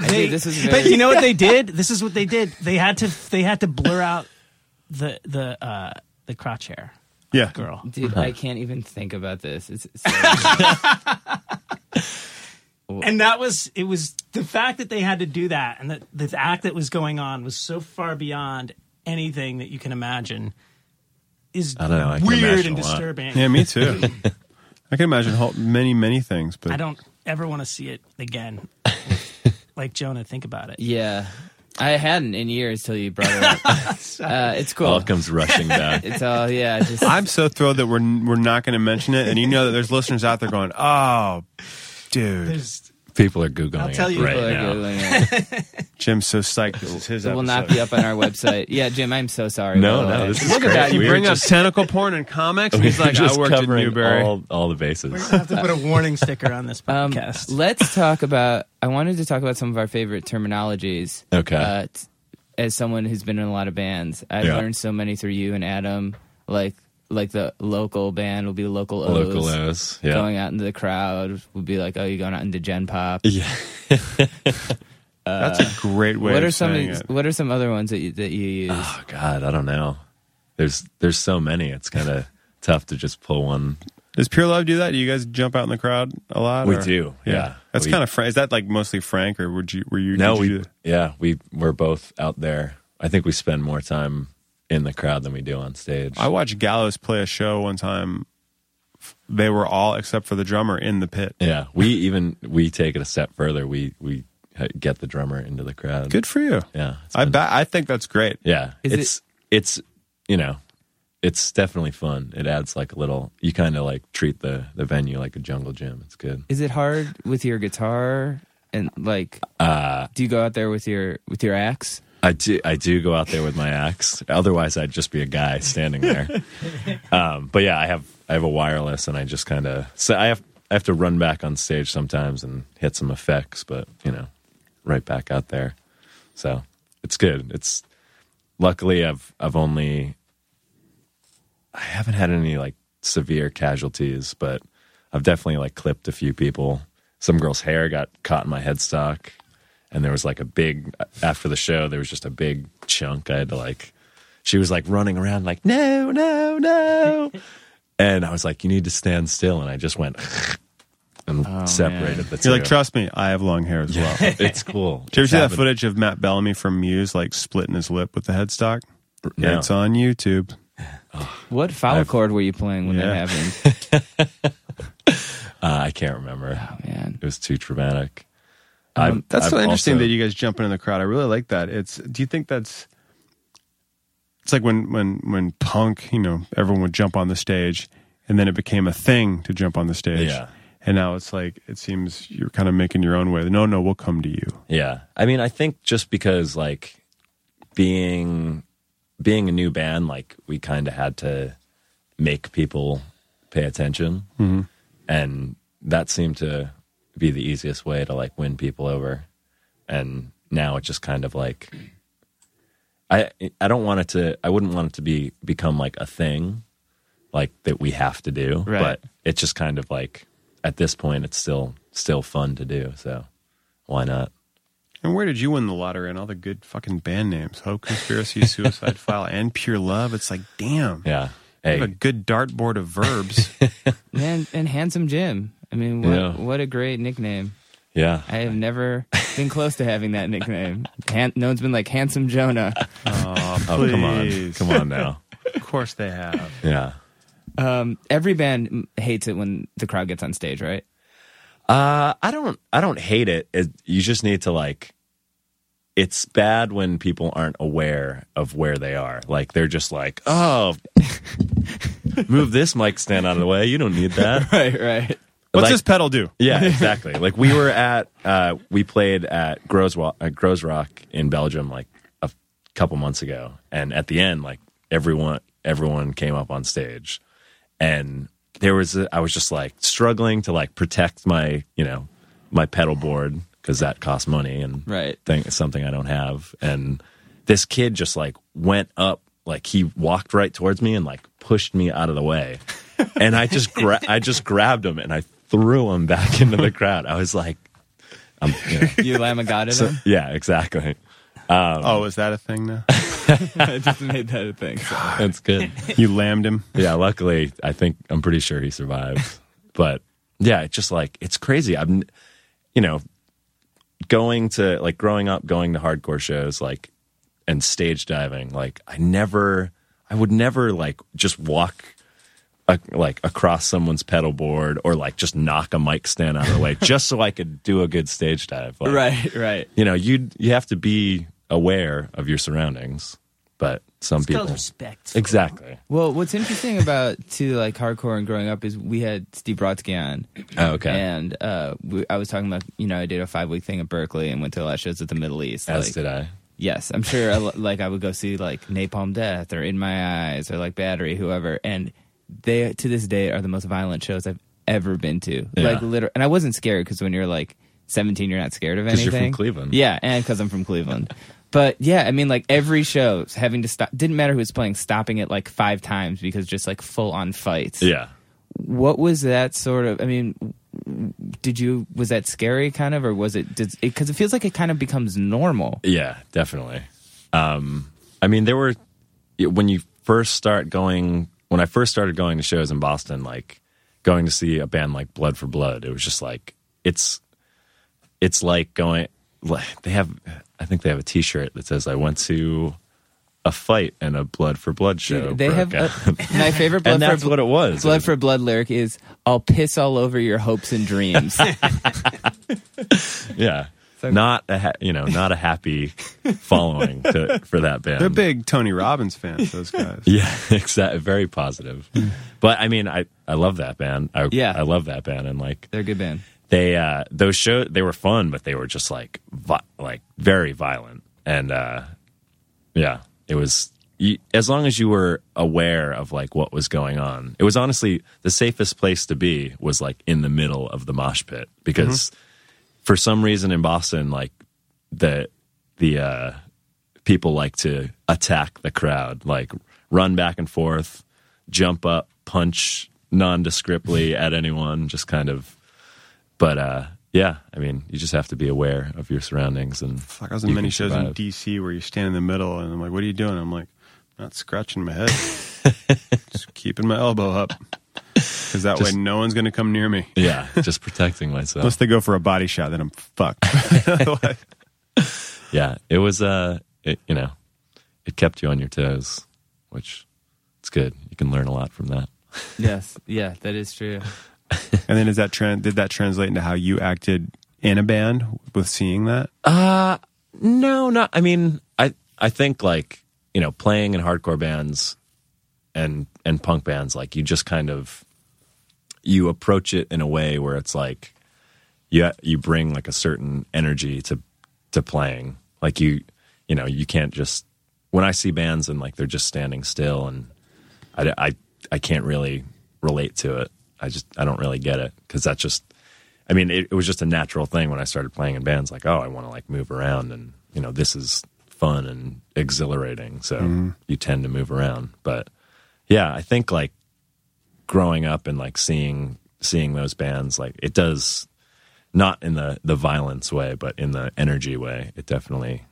They,
this was
but
very-
you know what they did? This is what they did. They had to they had to blur out the the uh, the crotch hair
Yeah.
girl.
Dude, I can't even think about this. It's, it's
And that was it was the fact that they had to do that and that the act that was going on was so far beyond anything that you can imagine is
I don't know, I can
weird
imagine
and
a lot.
disturbing.
Yeah, me too. I can imagine whole, many, many things, but
I don't ever want to see it again. like Jonah, think about it.
yeah, I hadn't in years till you brought it up. uh, it's cool.
All comes rushing back.
It's all yeah. Just
I'm so thrilled that we're we're not going to mention it, and you know that there's listeners out there going, "Oh, dude,
There's
people are googling
I'll tell
it
you
right
people are
now.
Googling it.
Jim's so psyched. This is his
It
episode."
will not be up on our website. Yeah, Jim, I'm so sorry. by
No,
the
no,
way.
this is
Look at that! You
We were
bring up
just-
tentacle porn and comics. and He's
We're
like, "I
just
worked at
covering
Newberry."
All, all the
we're
bases.
gonna have to put a warning sticker on this
Um,
podcast.
let's talk about. I wanted to talk about some of our favorite terminologies.
Okay.
Uh, t- as someone who's been in a lot of bands, I've
Yeah.
learned so many through you and Adam. Like, like the local band will be local O's.
Local O's. Yeah.
Going out into the crowd would be like, oh, you're going out into Gen Pop.
yeah.
That's a great way.
What
of
are some?
saying
of-
it.
What are some other ones that you, that you use?
Oh God, I don't know. There's there's so many. It's kind of tough to just pull one
Does Pure Love do that? Do you guys jump out in the crowd a lot?
We
or-
do, yeah.
That's
We-
kind of Frank. Is that like mostly Frank, or would you? Were you?
No,
did you
we
do-
yeah we we're both out there. I think we spend more time in the crowd than we do on stage.
I watched Gallows play a show one time. They were all except for the drummer in the pit.
yeah, we even we take it a step further. We we ha- get the drummer into the crowd.
Good for you.
Yeah, it's
I
been-
ba- I think that's great.
Yeah,
Is
it's it's you know, it's definitely fun. It adds like a little. You kind of like treat the the venue like a jungle gym. It's good.
Is it hard with your guitar and like?
Uh,
do you go out there with your with your axe?
I do I do go out there with my axe. Otherwise, I'd just be a guy standing there. um, but yeah, I have I have a wireless, and I just kind of so I have I have to run back on stage sometimes and hit some effects, but you know, right back out there. So it's good. It's luckily I've I've only I haven't had any like severe casualties, but I've definitely like clipped a few people. Some girl's hair got caught in my headstock, and there was like a big after the show. There was just a big chunk I had to like. She was like running around like no no no, and I was like you need to stand still, and I just went and separated the two.
Oh, You're like, trust me, I have long hair as well. Did
it's cool.
you ever
It's
see that
happened.
footage of Matt Bellamy from Muse like splitting his lip with the headstock?
No.
It's on YouTube.
What foul chord were you playing when
Yeah.
that happened?
Uh, I can't remember.
Man,
It was too traumatic. I've-
Um, That's
I've
so interesting
also-
that you guys jump into the crowd. I really like that. It's do you think that's it's like when when when punk, you know, everyone would jump on the stage and then it became a thing to jump on the stage.
Yeah.
And now it's like it seems you're kind of making your own way. No, no, we'll come to you.
Yeah. I mean, I think just because like being being a new band, like we kind of had to make people pay attention, and that seemed to be the easiest way to like win people over. And now it just kind of like I I don't want it to I wouldn't want it to be become like a thing like that we have to do,
Right.
but it's just kind of like at this point it's still still fun to do. So why not?
And where did you win the lottery and all the good fucking band names? Hope, Conspiracy, Suicide File, and Pure Love. It's like, damn.
Yeah.
You have
Hey,
a good dartboard of verbs.
man, and handsome Jim. I mean, what
Yeah.
what a great nickname.
yeah.
I have never been close to having that nickname. Han- no one's been like handsome Jonah.
oh,
Oh, come on.
please.
Come on now.
Of course they have.
Yeah.
Um, every band m- hates it when the crowd gets on stage, right?
Uh, I don't I don't hate it. it. You just need to like it's bad when people aren't aware of where they are. Like they're just like, "Oh, move this mic stand out of the way. You don't need that."
Right, right.
What's
Like-
this pedal do?
Yeah, exactly. like we were at uh, we played at Gros at Gros Rock in Belgium like a f- couple months ago, and at the end, like everyone everyone came up on stage, and there was a, I was just like struggling to like protect my you know my pedal board because that costs money and
Right.
thing something I don't have. And this kid just like went up, like he walked right towards me and like pushed me out of the way. And I just gra- I just grabbed him and I threw him back into the crowd. I was like, I'm, you know,
You lamb of God at
so-
him?
yeah, exactly.
Oh, is that a thing now?
I just made that a thing. so.
That's good.
you lammed him.
yeah, luckily, I think I'm pretty sure he survived. But yeah, it's just like it's crazy. I'm, you know, going to like growing up, going to hardcore shows, like and stage diving. Like I never, I would never like just walk. A, like across someone's pedal board, or like just knock a mic stand out of the way, just so I could do a good stage dive. Like,
Right, right.
You know, you you have to be aware of your surroundings, but some
It's called
people
respect.
exactly.
Well, what's interesting about too like hardcore and growing up is we had Steve Brodsky on,
Oh, okay.
and uh, we, I was talking about you know I did a five week thing at Berkeley and went to a lot of shows at the Middle East.
As
like,
did I.
Yes, I'm sure. I lo- like I would go see like Napalm Death or In My Eyes or like Battery, whoever, and they to this day are the most violent shows I've ever been to.
Yeah.
Like literally, and I wasn't scared because when you're like 17, you're not scared of
'Cause
anything.
you're from Cleveland.
yeah, and because I'm from Cleveland. But yeah, I mean, like every show having to stop didn't matter who was playing, stopping it like five times because just like full on fights.
Yeah.
What was that sort of? I mean, did you was that scary kind of, or was it? Did because it feels like it kind of becomes normal.
Yeah, definitely. Um, I mean, there were when you first start going when I first started going to shows in Boston, like going to see a band like Blood for Blood. It was just like it's it's like going. like, They have, I think they have a T-shirt that says, "I went to a fight and a Blood for Blood show."
They
broke
have uh,
out."
my favorite blood
and that's
for
what it was.
blood for blood lyric is I'll piss all over your hopes and dreams.
yeah, not a ha- you know not a happy following to, for that band.
They're big Tony Robbins fans, those guys.
Um, Yeah, exactly. Very positive. but I mean, I I love that band. I,
Yeah.
I love that band, and like
They're a good band.
they uh those show they were fun, but they were just like vi- like very violent, and uh yeah, it was. You, as long as you were aware of like what was going on, it was honestly the safest place to be was like in the middle of the mosh pit because
Mm-hmm.
for some reason in Boston, like the the uh, people like to attack the crowd, like run back and forth, jump up, punch nondescriptly at anyone, just kind of. But uh, yeah, I mean, you just have to be aware of your surroundings and.
Fuck, I was in
you
many
can
shows in
survive.
DC where you stand in the middle and I'm like, what are you doing? I'm like, not scratching my head. Just keeping my elbow up. Because that
Just-
way no one's going to come near me.
yeah, just protecting myself.
Unless they go for a body shot, then I'm fucked.
yeah it was uh it, you know it kept you on your toes which it's good you can learn a lot from that
Yes, yeah, that is true.
and then is that tran did that translate into how you acted in a band with seeing that?
no not i mean i i think like you know playing in hardcore bands and and punk bands like you just kind of you approach it in a way where it's like you you bring like a certain energy to to playing like you you know you can't just when i see bands and like they're just standing still and i i, I can't really relate to it i just i don't really get it because that just i mean it, it was just a natural thing when i started playing in bands like oh i want to like move around and you know this is fun and exhilarating so
Mm-hmm.
you tend to move around but yeah i think like growing up and like seeing seeing those bands like it does not in the the violence way but in the energy way it definitely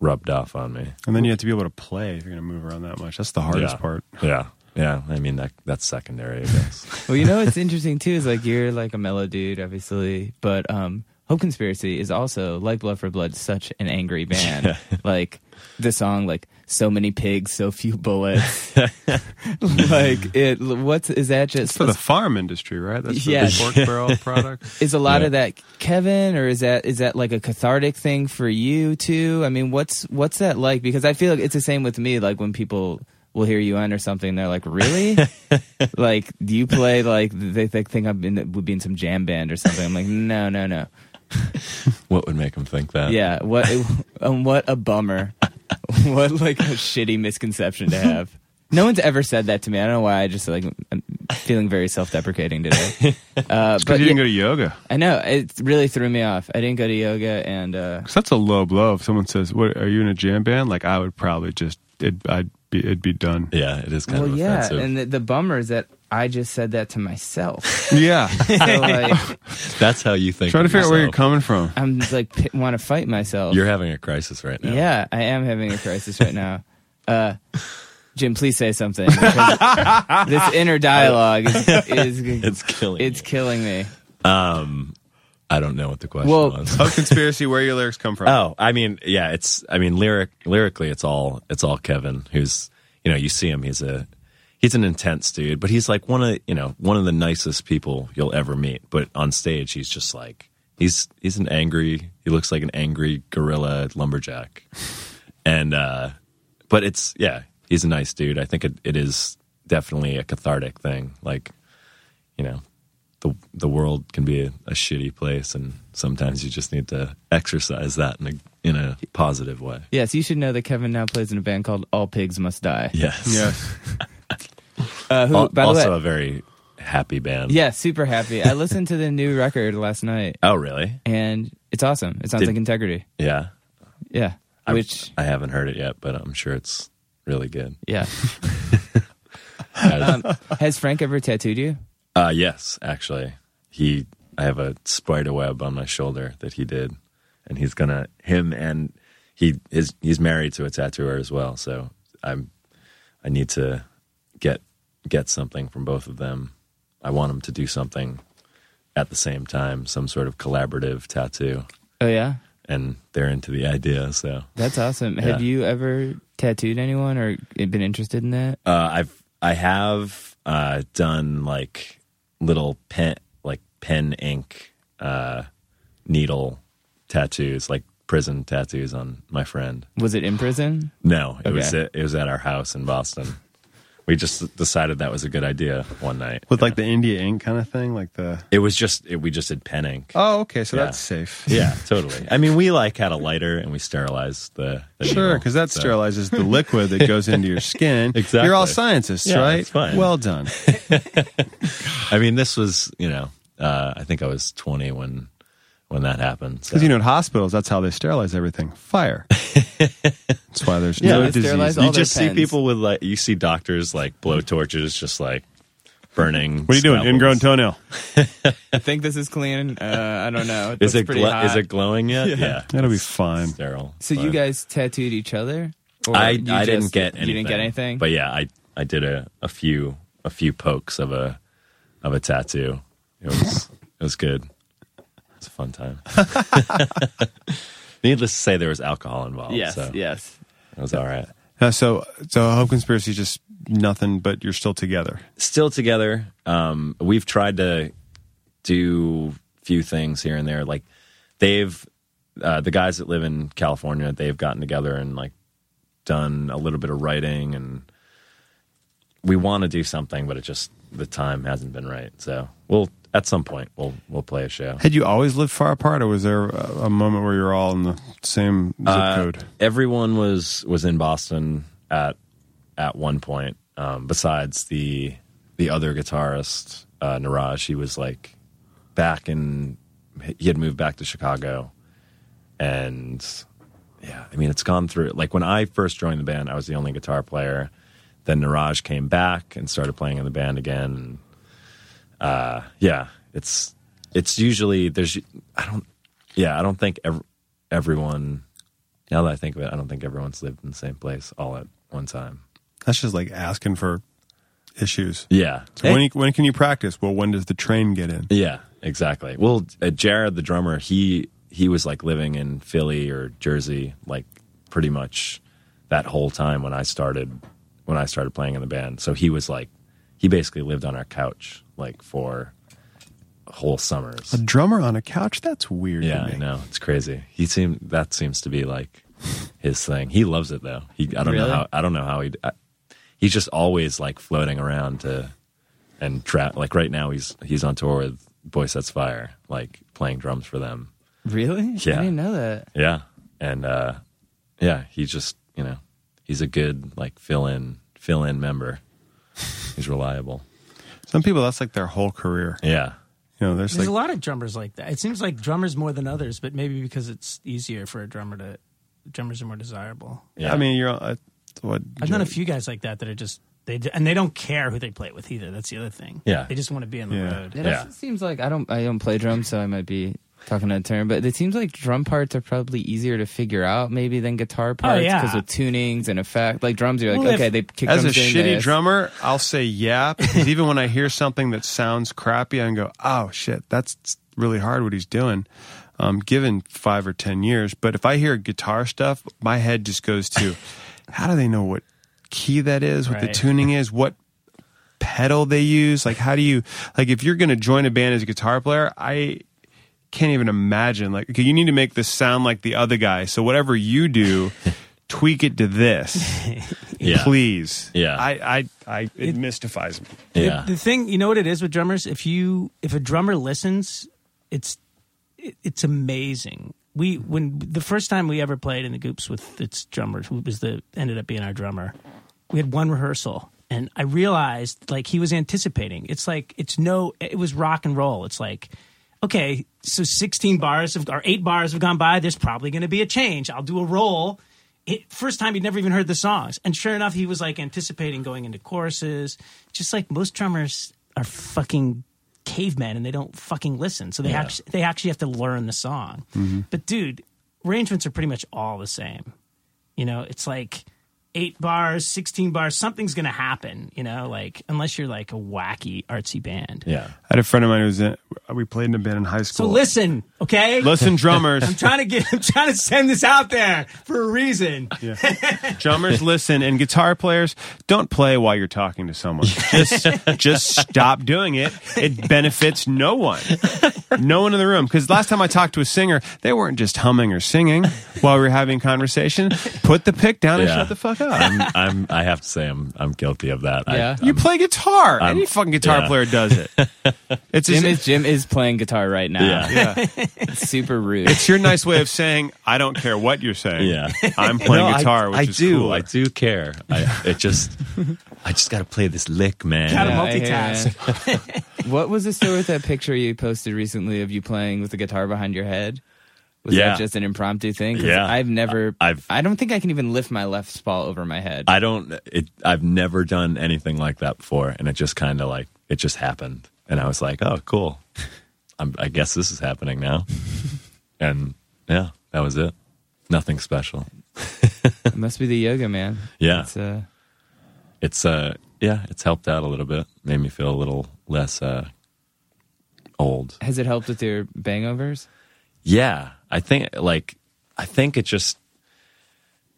rubbed off on me
And then you have to be able to play if you're going to move around that much. That's the hardest
yeah.
part.
yeah yeah i mean that that's secondary i guess
Well, you know what's interesting too is like you're like a mellow dude, obviously, but um, Hope Conspiracy is also like Blood for Blood, such an angry band. Like the song, like so many pigs, so few bullets. like it, what's is that just?
For the farm industry, right? That's for
Yeah.
the pork barrel product.
is a lot of that Kevin, or is that is that like a cathartic thing for you too? I mean, what's what's that like? Because I feel like it's the same with me. Like when people will hear you on or something, they're like, "Really? like do you play like they, they think I'm in would be in some jam band or something?" I'm like, "No, no, no.
what would make them think that
Yeah, what um, what a bummer. what like a shitty misconception to have." No one's ever said that to me. I don't know why. I just like I'm feeling very self-deprecating today. Uh,
Because
but
you didn't
yeah.
go to yoga.
I know it really threw me off. I didn't go to yoga, and uh,
'Cause that's a low blow. If someone says, "What are you in a jam band?" Like I would probably just it, I'd be it'd be done.
yeah it is kind
well,
of
yeah,
offensive
and the, the bummer is that I just said that to myself.
Yeah,
So like,
that's how you think
trying to
of
figure out where you're
yourself.
coming from.
I'm like p- want to fight myself.
you're having a crisis right now
yeah, I am having a crisis right now. Uh, Jim, please say something. because this inner dialogue is, is
it's killing
it's
it's
killing me.
i don't know what the question
Well-
was
Of conspiracy, where your lyrics come from?
Oh, I mean, yeah, it's I mean lyric lyrically it's all it's all Kevin who's you know, you see him, he's a he's an intense dude, but he's like one of you know, one of the nicest people you'll ever meet. But on stage he's just like he's he's an angry he looks like an angry gorilla lumberjack. And uh but it's yeah, he's a nice dude. I think it, it is definitely a cathartic thing. Like, you know, the the world can be a, a shitty place, and sometimes you just need to exercise that in a in a positive way.
Yes, you should know that Kevin now plays in a band called All Pigs Must Die.
Yes.
Yes,
Uh, who,
Al-
by the
also
way,
a very happy band.
yeah, super happy. I listened to the new record last night,
Oh, really?
and it's awesome. It sounds
Did-
like Integrity.
Yeah.
Yeah,
I'm-
which
I haven't heard it yet, but I'm sure it's really good.
yeah.
Uh,
Um, Has Frank ever tattooed you?
uh, yes, actually, he. I have a spider web on my shoulder that he did, and he's gonna him and he is he's married to a tattooer as well. So I'm I need to get get something from both of them I want him to do something at the same time, some sort of collaborative tattoo.
Oh yeah,
And they're into the idea. So
that's awesome. Have
Yeah.
you ever tattooed anyone or been interested in that?
uh, I've I have uh, done like little pen like pen ink uh, needle tattoos, like prison tattoos on my friend.
Was it in prison?
No, it was
Okay.
at, it was at our house in Boston. We just decided that was a good idea one night.
with like the India ink kind of thing, like the.
It was just it, we just did pen ink.
Oh, okay, so
Yeah.
that's safe.
Yeah, totally. I mean, we like had a lighter and we sterilized the, the
Sure,
needle,
because that
so-
sterilizes the liquid that goes into your skin.
Exactly.
You're all scientists,
Yeah,
right?
it's fine.
Well done.
I mean, this was you know, uh, I think I was twenty when when that happened. So.
Because you know, at hospitals, that's how they sterilize everything. Fire. that's why there's
Yeah,
no
they sterilize
disease.
all
you
their
just see
pens.
people with like you see doctors like blow torches just like burning
What are you doing?
scalpels.
Ingrown toenail.
I think this is clean. Uh, I don't know. looks
is it
pretty
glo-
hot.
is it glowing yet yeah,
That'll be fine.
sterile
So you
but-
guys tattooed each other? Or
i i
you
didn't
just-
get anything
You didn't get anything.
but yeah i i did a, a few a few pokes of a of a tattoo it was it was good it's a fun time needless to say there was alcohol involved
yes,
so
yes.
it was all right
Uh, so, so Hope Conspiracy is just nothing, but you're still together.
still together. Um, we've tried to do few things here and there. Like they've uh, the guys that live in California, they've gotten together and like done a little bit of writing, and we want to do something, but it just the time hasn't been right. So we'll at some point we'll we'll play a show.
Had you always lived far apart, or was there a, a moment where you're all in the same zip
Uh,
code?
Everyone was was in Boston at at one point. Um, besides the the other guitarist, uh, Niraj, he was like back in he had moved back to Chicago, and yeah, I mean it's gone through. Like when I first joined the band, I was the only guitar player. Then Niraj came back and started playing in the band again. And, uh, yeah, it's it's usually there's I don't yeah I don't think ev- everyone now that I think of it, I don't think everyone's lived in the same place all at one time.
That's just like asking for issues.
Yeah.
So when, you- when can you practice? Well, when does the train get in?
yeah, exactly. Well, uh, Jared, the drummer, he he was like living in Philly or Jersey, like pretty much that whole time when I started when I started playing in the band. So he was like, he basically lived on our couch like for whole summers.
A drummer on a couch? That's weird.
Yeah,
to me.
I know it's crazy. He seemed that seems to be like his thing. He loves it though. He I don't
Really?
know how I don't know how he I, he's just always like floating around to and trap like right now he's he's on tour with Boy Sets Fire like playing drums for them.
Really?
Yeah.
I didn't know that.
Yeah, and uh yeah, he just you know he's a good like fill in fill in member. He's reliable.
Some people, that's like their whole career.
Yeah,
You know, there's,
There's
like
a lot of drummers like that. It seems like drummers more than others, but maybe because it's easier for a drummer to drummers are more desirable.
yeah.
I mean, you're uh, what?
I've known a few guys like that that are just they d- and they don't care who they play it with either. That's the other thing.
Yeah.
they just want to be on the
Yeah.
road.
It
Yeah.
also seems like I don't I don't play drums, so I might be talking out of turn. But it seems like drum parts are probably easier to figure out maybe than guitar parts
Oh, yeah.
because with tunings and effect, like drums, you're like
Well, if-
okay, they kick
As a
drums doing
shitty
this.
drummer, I'll say yeah because even when I hear something that sounds crappy, I can go, "Oh shit, that's really hard what he's doing." Um, given five or ten years, but if I hear guitar stuff, my head just goes to, "How do they know what key that is? What the
Right.
tuning is? What pedal they use? Like, how do you like if you're going to join a band as a guitar player? I can't even imagine. Like, okay, you need to make this sound like the other guy. So whatever you do, tweak it to this,
Yeah.
please.
Yeah.
I, I, I it, mystifies me.
The-
yeah.
The, thing, you know what it is with drummers? If you if a drummer listens, it's it, it's amazing. We when the first time we ever played in the Goops with its drummer, who was the ended up being our drummer, we had one rehearsal, and I realized like he was anticipating. It's like it's no, it was rock and roll. It's like. Okay, so 16 bars have, or eight bars have gone by. There's probably going to be a change. I'll do a roll it, first time he'd never even heard the songs. And sure enough, he was like anticipating going into choruses, just like most drummers are fucking cavemen and they don't fucking listen. So they actually they actually have to learn the Mm-hmm. song. But dude, arrangements are pretty much all the same. You know, it's like eight bars, 16 bars, something's going to happen, you know, like unless you're like a wacky artsy band.
Yeah.
I had a friend of mine who was in, we played in a band in
So
high school.
listen, okay?
Listen, drummers.
I'm trying to get I'm trying to send this out there for a reason.
drummers listen and guitar players don't play while you're talking to someone just just stop doing it it benefits no one no one in the room because last time i talked to a singer they weren't just humming or singing while we were having conversation put the pick down and
Yeah.
shut the fuck up
I'm, I'm, I have to say, I'm, I'm guilty of that.
Yeah.
I,
you play guitar any
I'm-
fucking guitar
yeah.
player does it it's
Jim is
just,
Jim is playing guitar right now.
Yeah.
yeah.
It's super rude.
it's your nice way of saying i don't care what you're saying
Yeah.
i'm playing
No, I-
guitar which
I
is
do.
cooler.
I do care. I, it just, I just got to play this lick, man.
Gotta
Yeah, I hear
multitask.
ya. what was the story with that picture you posted recently of you playing with the guitar behind your head? Was
Yeah.
that just an impromptu thing? 'Cause
Yeah.
I've never. I've.
I've-
I don't think I can even lift my left spall over my head.
I don't. It. I've never done anything like that before, and it just kind of like it just happened, and I was like, "Oh, cool. I'm, I guess this is happening now." and yeah, that was it. Nothing special.
it must be the yoga, man.
Yeah.
It's, uh,
It's uh, yeah, it's helped out a little bit. Made me feel a little less uh, old.
has it helped with your bangovers?
Yeah, I think like I think it just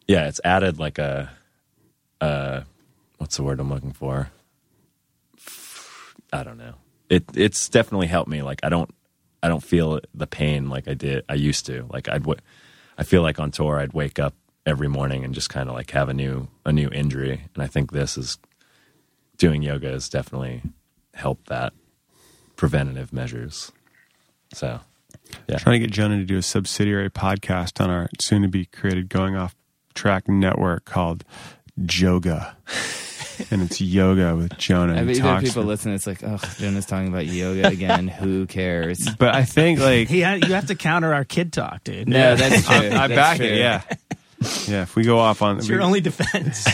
yeah, it's added like a uh what's the word I'm looking for? I don't know. It it's definitely helped me like I don't I don't feel the pain like I did I used to. Like I'd wa- I feel like on tour I'd wake up every morning and just kind of like have a new a new injury and I think this is doing yoga has definitely helped that preventative measures. So
Trying to get Jonah to do a subsidiary podcast on our soon to be created going off track network called Joga. and it's yoga with Jonah.
I
He
bet you there are
talks-
people listening. It's like, oh, Jonah's talking about yoga again. Who cares?
But I think like
He ha- you have to counter our kid talk, dude.
No, that's true.
I, I
That's
back
true.
it, yeah. Yeah, if we go off on
It's your only defense.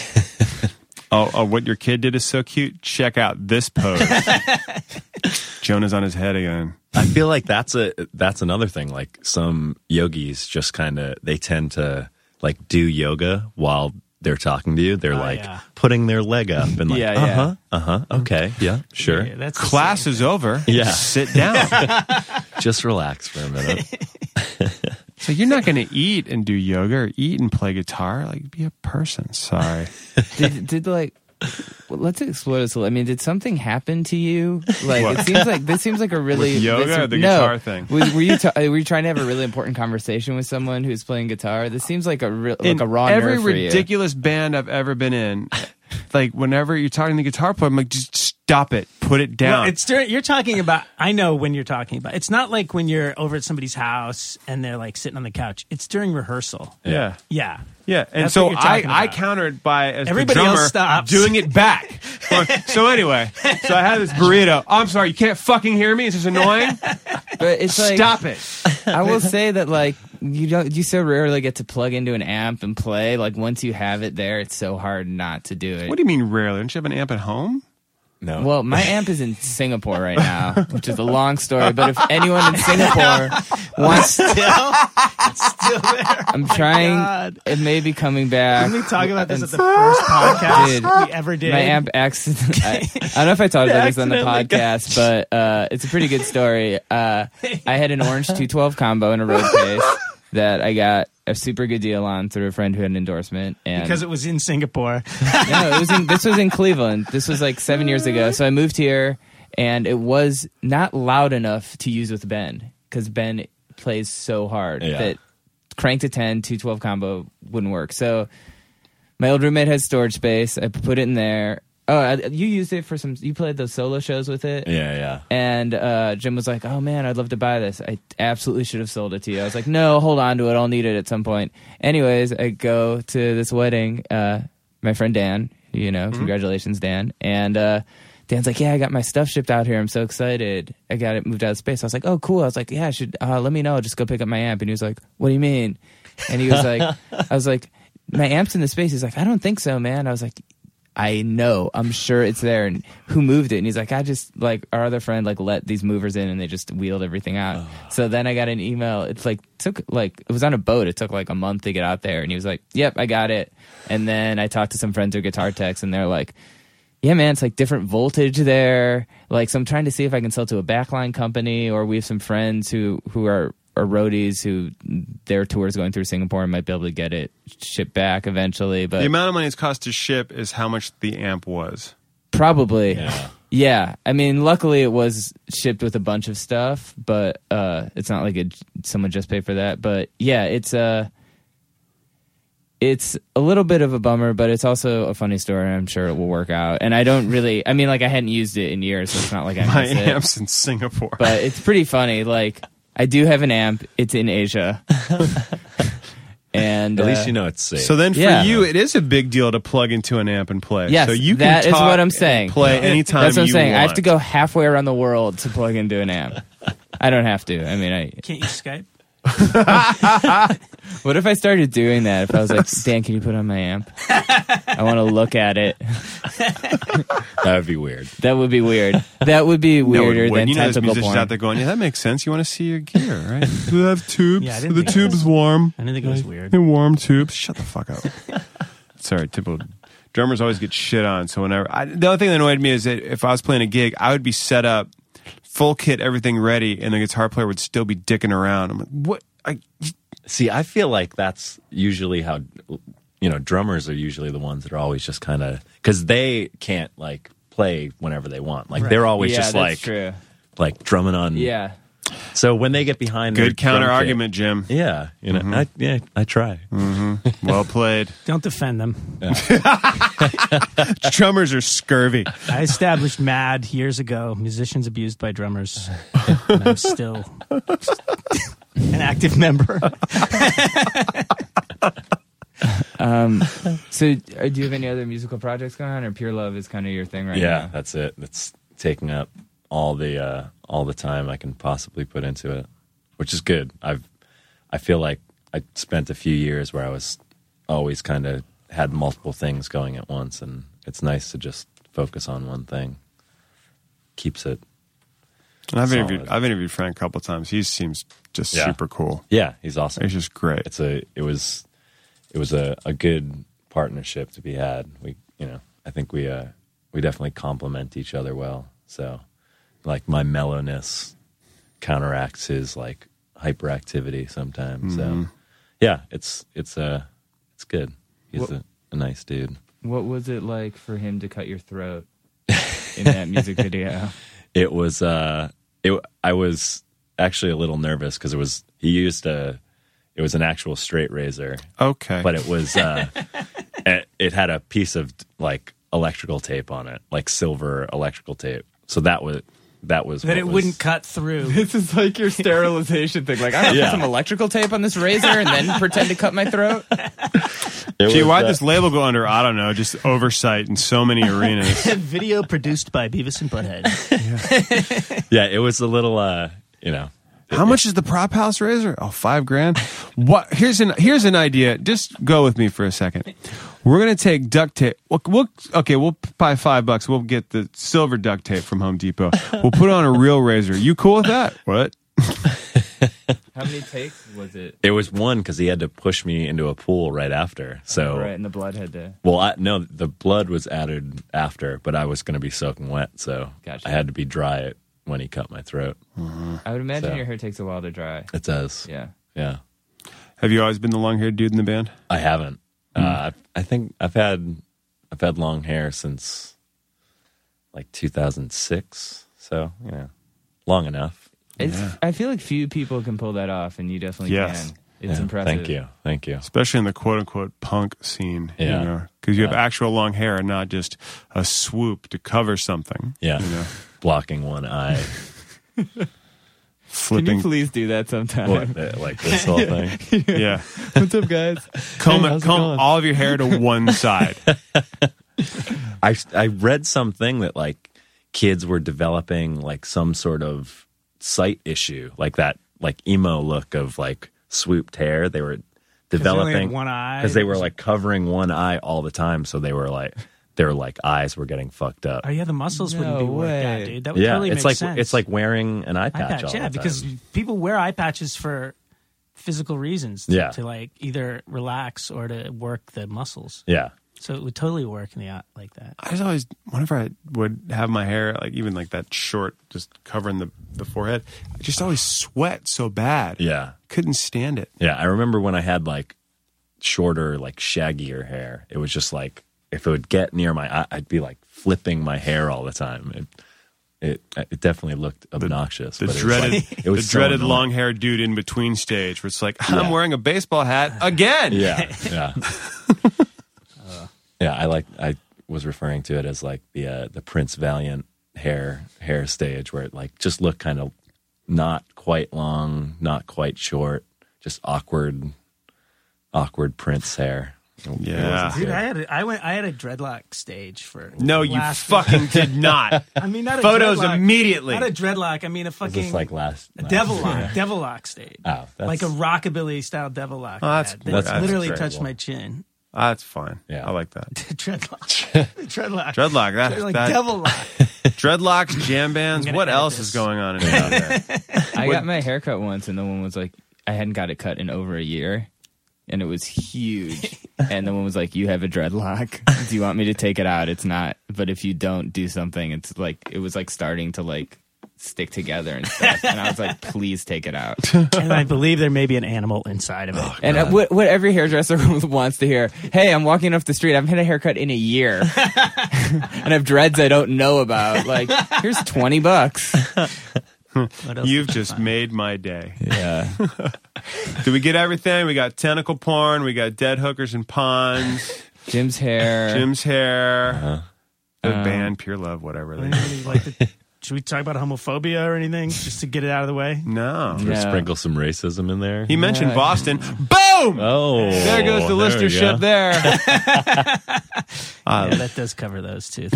oh, oh, what your kid did is so cute, check out this pose. Jonah's on his head again.
I feel like that's a that's another thing. Like some yogis just kind of they tend to like do yoga while they're talking to you. They're like
yeah.
putting their leg up and like
Yeah,
uh
yeah.
huh uh huh okay yeah sure
Yeah, that's
Class is over.
Yeah.
Sit down.
just relax for a minute.
so you're not gonna eat and do yoga or eat and play guitar. Like be a person. Sorry.
did, did like well, let's explore this a little. I mean, did something happen to you? Like it seems like this seems like a really
With yoga
this-
or the
no.
guitar thing?
Was, were you ta- uh, were you trying to have a really important conversation with someone who's playing guitar? This seems like a real like
in
a raw
every
nerve for you.
ridiculous band I've ever been in. Like whenever you're talking to the guitar player, I'm like, just stop it, put it down.
Well, it's during, you're talking about. I know when you're talking about. It's not like when you're over at somebody's house and they're like sitting on the couch. It's during rehearsal.
yeah,
Yeah.
yeah. And
That's
so
what you're
I,
talking
I
about.
countered by as
Everybody
the
else
drummer
stops.
doing it back. so anyway, so I had this burrito. Oh, I'm sorry, you can't fucking hear me. Is this annoying?
But it's like
stop it.
I will say that like you don't you so rarely get to plug into an amp and play. Like once you have it there, it's so hard not to do it.
What do you mean rarely? Don't you have an amp at home?
No,
well, my amp is in Singapore right now, which is a long story. But if anyone in Singapore wants, still, I'm trying.
God.
It may be coming back.
Let me talk about this
And
at the first podcast
Dude,
we ever did.
My amp accident. I, I don't know if I talked about this on the podcast, but uh, it's a pretty good story. Uh, I had an orange 212 combo in a road case that I got a super good deal on through a friend who had an endorsement. And
because it was in Singapore.
no, it was in, this was in Cleveland. This was like seven years ago. So I moved here, and it was not loud enough to use with Ben because Ben plays so hard
Yeah.
that crank to 10, 212 combo wouldn't work. So my old roommate has storage space. I put it in there. Oh, I, you used it for some. You played those solo shows with it.
yeah, yeah.
And uh, Jim was like, "Oh man, I'd love to buy this. I absolutely should have sold it to you." I was like, "No, hold on to it. I'll need it at some point." Anyways, I go to this wedding. Uh, my friend Dan, you know, congratulations, Dan. And uh, Dan's like, "Yeah, I got my stuff shipped out here. I'm so excited. I got it moved out of space." I was like, "Oh, cool." I was like, "Yeah, I should uh, let me know. I'll just go pick up my amp." And he was like, "What do you mean?" And he was like, "I was like, my amp's in the space." He's like, "I don't think so, man." I was like, I know, I'm sure it's there. And who moved it? And he's like, I just like our other friend like let these movers in and they just wheeled everything out. So then I got an email. It's like took like it was on a boat. It took like a month to get out there. And he was like, Yep, I got it. And then I talked to some friends who are guitar techs and they're like, yeah, man, it's like different voltage there. Like, so I'm trying to see if I can sell to a backline company, or we have some friends who who are are roadies who their tour is going through Singapore and might be able to get it shipped back eventually. But
the amount of money it's cost to ship is how much the amp was.
Probably. Yeah. I mean, luckily it was shipped with a bunch of stuff, but uh, it's not like it, someone just paid for that. But yeah, it's uh, it's a little bit of a bummer, but it's also a funny story. I'm sure it will work out. And I don't really, I mean, like I hadn't used it in years, so it's not like I
My
miss it.
amps in Singapore.
But it's pretty funny. Like I do have an amp. It's in Asia, and
At least
uh,
you know it's safe.
so then for
Yeah.
you, it is a big deal to plug into an amp and play.
Yes,
so you can
that is
talk
what I'm
and
saying.
Play anytime.
That's what I'm
you
saying. I have
want.
to go halfway around the world to plug into an amp. I don't have to. I mean, I.
Can't you Skype?
What if I started doing that? If I was like, Dan, can you put on my amp? I want to look at it.
that would be weird.
That would be weird. That would be
No, it
weirder
wouldn't.
than
you know, there's
tentacle
musicians
porn.
out there going, "Yeah, that makes sense. You want to see your gear, right? Do they have tubes?
Yeah, I
Are
didn't
the
think it
tubes
was-
warm?
I didn't think it was weird.
They're warm tubes. Shut the fuck up. Sorry, typical. Drummers always get shit on. So whenever I, the only thing that annoyed me is that if I was playing a gig, I would be set up, full kit, everything ready, and the guitar player would still be dicking around. I'm like, what? I,
See, I feel like that's usually how you know drummers are usually the ones that are always just kind of because they can't like play whenever they want. Like they're always
yeah,
just
that's
like
true.
like drumming on.
Yeah.
So when they get behind, their
good Mm-hmm.
drum
counter
kit-
argument, Jim.
Yeah, you know, I, yeah, I try.
Mm-hmm. Well played.
Don't defend them.
Drummers are scurvy.
I established MAD years ago. Musicians abused by drummers. And I'm still an active member.
So, uh, do you have any other musical projects going on, or Pure Love is kind of your thing right
Yeah,
now?
that's it. That's taking up all the uh, all the time I can possibly put into it, which is good. I've I feel like I spent a few years where I was always kind of had multiple things going at once, and it's nice to just focus on one thing. Keeps it.
And I've
Solid.
interviewed. I've interviewed Frank a couple times. He seems just
Yeah.
super cool.
Yeah, he's awesome.
He's just great.
it's a it was it was a, a good partnership to be had. We you know I think we uh we definitely complement each other well. So like my mellowness counteracts his like hyperactivity sometimes. So yeah, it's it's uh it's good. He's
What-
a, a nice dude.
What was it like for him to cut your throat in that music video?
it was uh it i was actually a little nervous because it was he used a it was an actual straight razor
Okay.
but it was uh it, it had a piece of like electrical tape on it like silver electrical tape so that was that was
that
what
it
was-
wouldn't cut through.
This is like your sterilization thing. Like, I don't
Yeah.
put some electrical tape on this razor and then pretend to cut my throat.
it
Gee,
was,
why'd
uh,
this label go under? I don't know. Just oversight in so many arenas.
Video produced by Beavis and Butthead.
yeah it was a little uh you know
How much is the prop house razor? Oh, five grand. What? Here's an here's an idea. Just go with me for a second. We're gonna take duct tape. We'll, we'll okay. We'll buy five bucks. We'll get the silver duct tape from Home Depot. We'll put on a real razor. You cool with that? What?
How many takes was it?
it was one because he had to push me into a pool right after so
Right in the bloodhead there.
Well, I, no, the blood was added after, but I was going to be soaking wet, so
Gotcha.
I had to be dry when he cut my throat.
I would imagine
So.
your hair takes a while to dry.
It does.
Yeah.
Yeah.
Have you always been the long haired dude in the band?
I haven't. Uh, I I think I've had I've had long hair since like 2006, so you know, long enough.
It's, I feel like few people can pull that off, and you definitely
Yes.
can. It's
Yeah.
impressive.
Thank you. Thank you.
Especially in the quote unquote punk scene.
Yeah.
You know, because you have actual long hair and not just a swoop to cover something.
Yeah.
You know,
Blocking one eye,
Can you
flipping.
please do that sometime?
what, the- like this whole thing.
yeah.
What's up, guys?
Comb,
Hey, how's it
comb
going?
all of your hair to one side.
I I read something that like kids were developing like some sort of sight issue, like that like emo look of like swooped hair. They were
only had
developing
one eye.
because they were like covering one eye all the time, so they were like their like eyes were getting fucked up.
Oh yeah, the muscles wouldn't be
No
worked out,
way.
dude. That would
yeah,
totally
it's
make
like
sense.
it's like wearing an eye
eye
patch. all
patch, yeah,
the time.
because people wear eye patches for physical reasons. To,
Yeah.
to like either relax or to work the muscles.
yeah,
So it would totally work in the eye like that.
I was always whenever I would have my hair like even like that short, just covering the the forehead. I just always sweat so bad.
yeah,
couldn't stand it.
yeah. I remember when I had like shorter, like shaggier hair. It was just like if it would get near my eye, I'd be like flipping my hair all the time. It it, it definitely looked obnoxious.
The
but it was,
dreaded,
like- it was
the
so
dreaded
annoying.
long haired dude in between stage, where it's like I'm wearing a baseball hat again.
Yeah, yeah,
Uh.
yeah. I like. I was referring to it as like the uh, the Prince Valiant hair hair stage, where it like just looked kind of not quite long, not quite short, just awkward, awkward Prince hair. It wasn't
Yeah.
good.
Dude, I had a, I went I had a dreadlock stage for
No, you
last-
fucking did not.
I mean not a
Photos
dreadlock,
immediately.
Not a dreadlock. I mean a
Was
fucking
this like last?
a
last
devil
year?
lock, devil lock stage.
Oh, that's,
like a rockabilly style devil lock.
Oh,
I
that's-
had that
that's-
literally
that's
touched
incredible.
my chin.
Ah, that's fine.
Yeah.
I like that.
dreadlock, dreadlock,
Dreadlock. That,
like
that
devil lock.
dreadlocks, jam bands.
gonna
What
edit
else
this.
is going on in down there?
I got my hair cut once, and the woman was like, I hadn't got it cut in over a year, and it was huge. and the woman was like, "You have a dreadlock. Do you want me to take it out? It's not. But if you don't do something, it's like it was like starting to like stick together and stuff." and I was like, "Please take it out."
and I believe there may be an animal inside of it.
And uh, what, what every hairdresser wants to hear: "Hey, I'm walking off the street. I've had a haircut in a year, and I have dreads I don't know about. Like, here's twenty bucks."
What else
You've
did you
just
find?
made my day.
Yeah.
Did we get everything? We got tentacle porn. We got dead hookers and ponds.
Jim's hair.
Jim's hair. The band, Pure Love, whatever. They
Anybody like the- should we talk about homophobia or anything just to get it out of the way?
no.
Yeah.
sprinkle some racism in there.
He mentioned
Yeah.
Boston. Boom!
oh,
there goes the
there we
listenership
go.
there.
yeah, that does cover those two.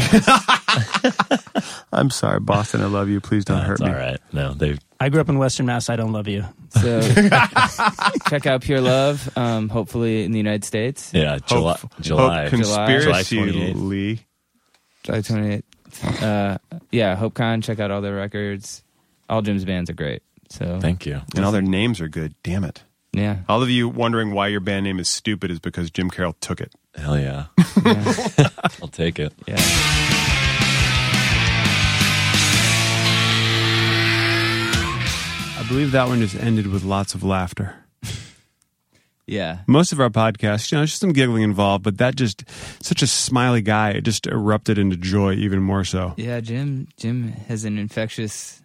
I'm sorry, Boston. I love you. Please don't hurt
It's
me.
all right. No, they
I grew up in Western Mass. I don't love you.
So check out Pure Love, um, hopefully in the United States.
yeah. July,
Hope,
July.
Hope conspiracy,
July 28th.
Lee.
July 28th. Uh, yeah, HopeCon, check out all their records. All Jim's bands are great. So,
Thank you.
And all their names are good. Damn it.
yeah.
All of you wondering why your band name is stupid is because Jim Carroll took it.
Hell yeah. I'll take it.
yeah.
I believe that one just ended with lots of laughter.
Yeah.
most of our podcasts, you know, it's just some giggling involved, but that just such a smiley guy, it just erupted into joy even more so.
Yeah, Jim Jim has an infectious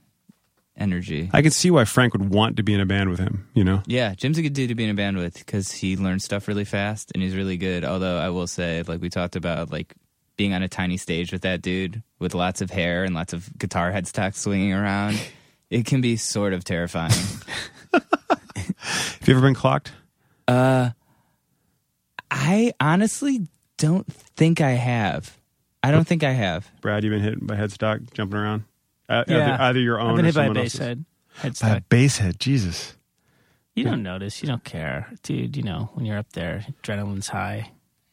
energy.
I can see why Frank would want to be in a band with him, you know?
Yeah, Jim's a good dude to be in a band with because he learns stuff really fast and he's really good. Although I will say, like we talked about, like being on a tiny stage with that dude with lots of hair and lots of guitar headstocks swinging around, it can be sort of terrifying.
Have you ever been clocked?
I honestly don't think I have. I don't think I have.
Brad, you've been hit by headstock jumping around? Uh, either, either your own
I've been
or
hit by a
someone
bass
else's.
head.
By a
Headstock.
bass head, Jesus.
You don't notice. You don't care, dude. You know when you're up there, adrenaline's high.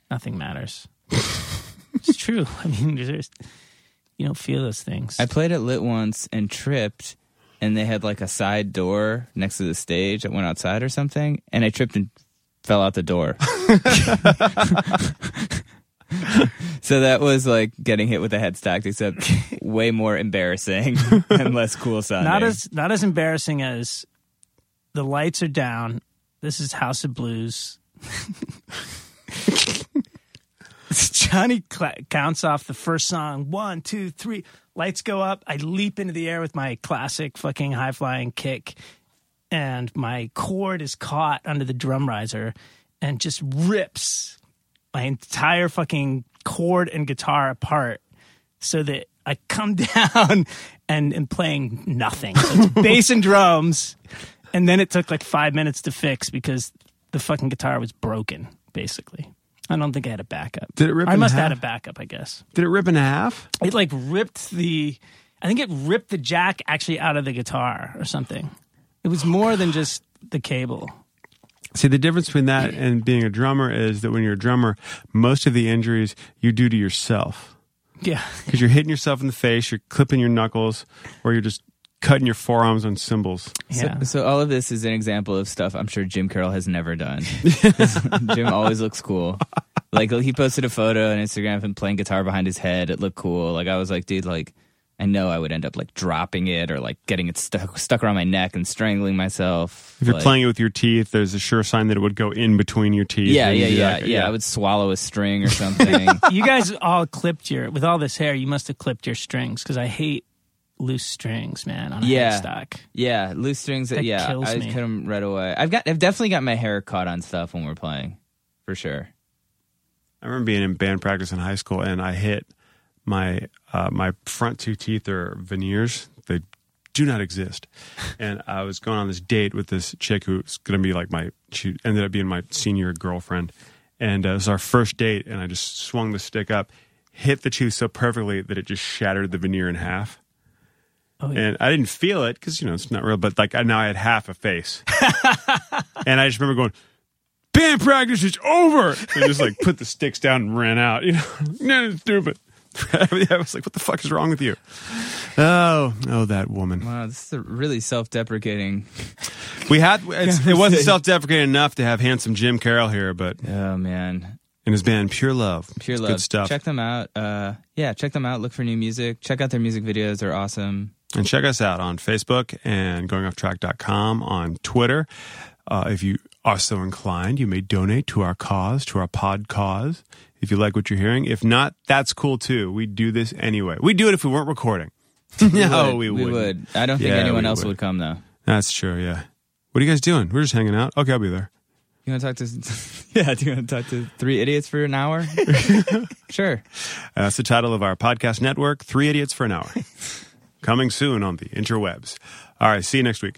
Nothing matters. it's true. I mean, there's, you don't feel those things.
I played at Lit once and tripped, and they had like a side door next to the stage that went outside or something, and I tripped and fell out the door. so that was like getting hit with a headstock, except way more embarrassing and less cool sounding.
not as not as embarrassing as the lights are down. This is House of Blues. Johnny cla counts off the first song. One, two, three. Lights go up. I leap into the air with my classic fucking high flying kick, and my cord is caught under the drum riser, and just rips my entire fucking cord and guitar apart so that I come down and am playing nothing. So it's bass and drums. And then it took like five minutes to fix because the fucking guitar was broken, basically. I don't think I had a backup.
Did it rip
I
in
must have had
half?
a backup, I guess.
Did it rip in half?
It like ripped the, I think it ripped the jack actually out of the guitar or something. It was more than just the cable.
See, the difference between that and being a drummer is that when you're a drummer, most of the injuries you do to yourself
Yeah.
because you're hitting yourself in the face, you're clipping your knuckles, or you're just cutting your forearms on cymbals.
Yeah.
So, so all of this is an example of stuff I'm sure Jim Carroll has never done. Jim always looks cool. Like he posted a photo on Instagram of him playing guitar behind his head. It looked cool. Like I was like, dude, like I know I would end up like dropping it or like getting it stuck stuck around my neck and strangling myself.
If you're
Like-
playing it with your teeth, there's a sure sign that it would go in between your teeth.
yeah,
and
yeah,
you'd be
yeah,
like,
yeah, I would swallow a string or something.
you guys all clipped your with all this hair. You must have clipped your strings because I hate loose strings, man. On a
Yeah.
headstock.
yeah, loose strings.
That
yeah,
kills
I
me.
cut them right away. I've got, I've definitely got my hair caught on stuff when we're playing, for sure.
I remember being in band practice in high school, and I hit my uh, my front two teeth are veneers. They do not exist. And I was going on this date with this chick who's going to be like my. She ended up being my senior girlfriend, and uh, it was our first date. And I just swung the stick up, hit the tooth so perfectly that it just shattered the veneer in half.
Oh, yeah.
And I didn't feel it because you know it's not real. But like I, now I had half a face, and I just remember going, "Band practice is over," and just like put the sticks down and ran out. You know, no, it's stupid. I was like, "What the fuck is wrong with you?" Oh, oh, that woman.
Wow, this is a really self-deprecating.
We had it's, it wasn't self-deprecating enough to have handsome Jim Carroll here, but
Oh man,
in his band Pure Love,
Pure
It's
love.
good stuff.
Check them out. Uh, yeah, check them out. Look for new music. Check out their music videos. They're awesome.
And check us out on Facebook and goingofftrack.com on Twitter. Uh, if you are so inclined, you may donate to our cause, to our pod cause, if you like what you're hearing. If not, that's cool too. We do this anyway. We do it if we weren't recording. no, Oh, we,
we
wouldn't.
would. I don't think
Yeah,
anyone
we
else
would.
would. come though.
That's true, yeah. What are you guys doing? We're just hanging out. Okay, I'll be there.
You want to talk to? yeah, do you want to talk to three idiots for an hour? sure.
Uh, That's the title of our podcast network, Three Idiots for an Hour. Coming soon on the interwebs. All right, see you next week.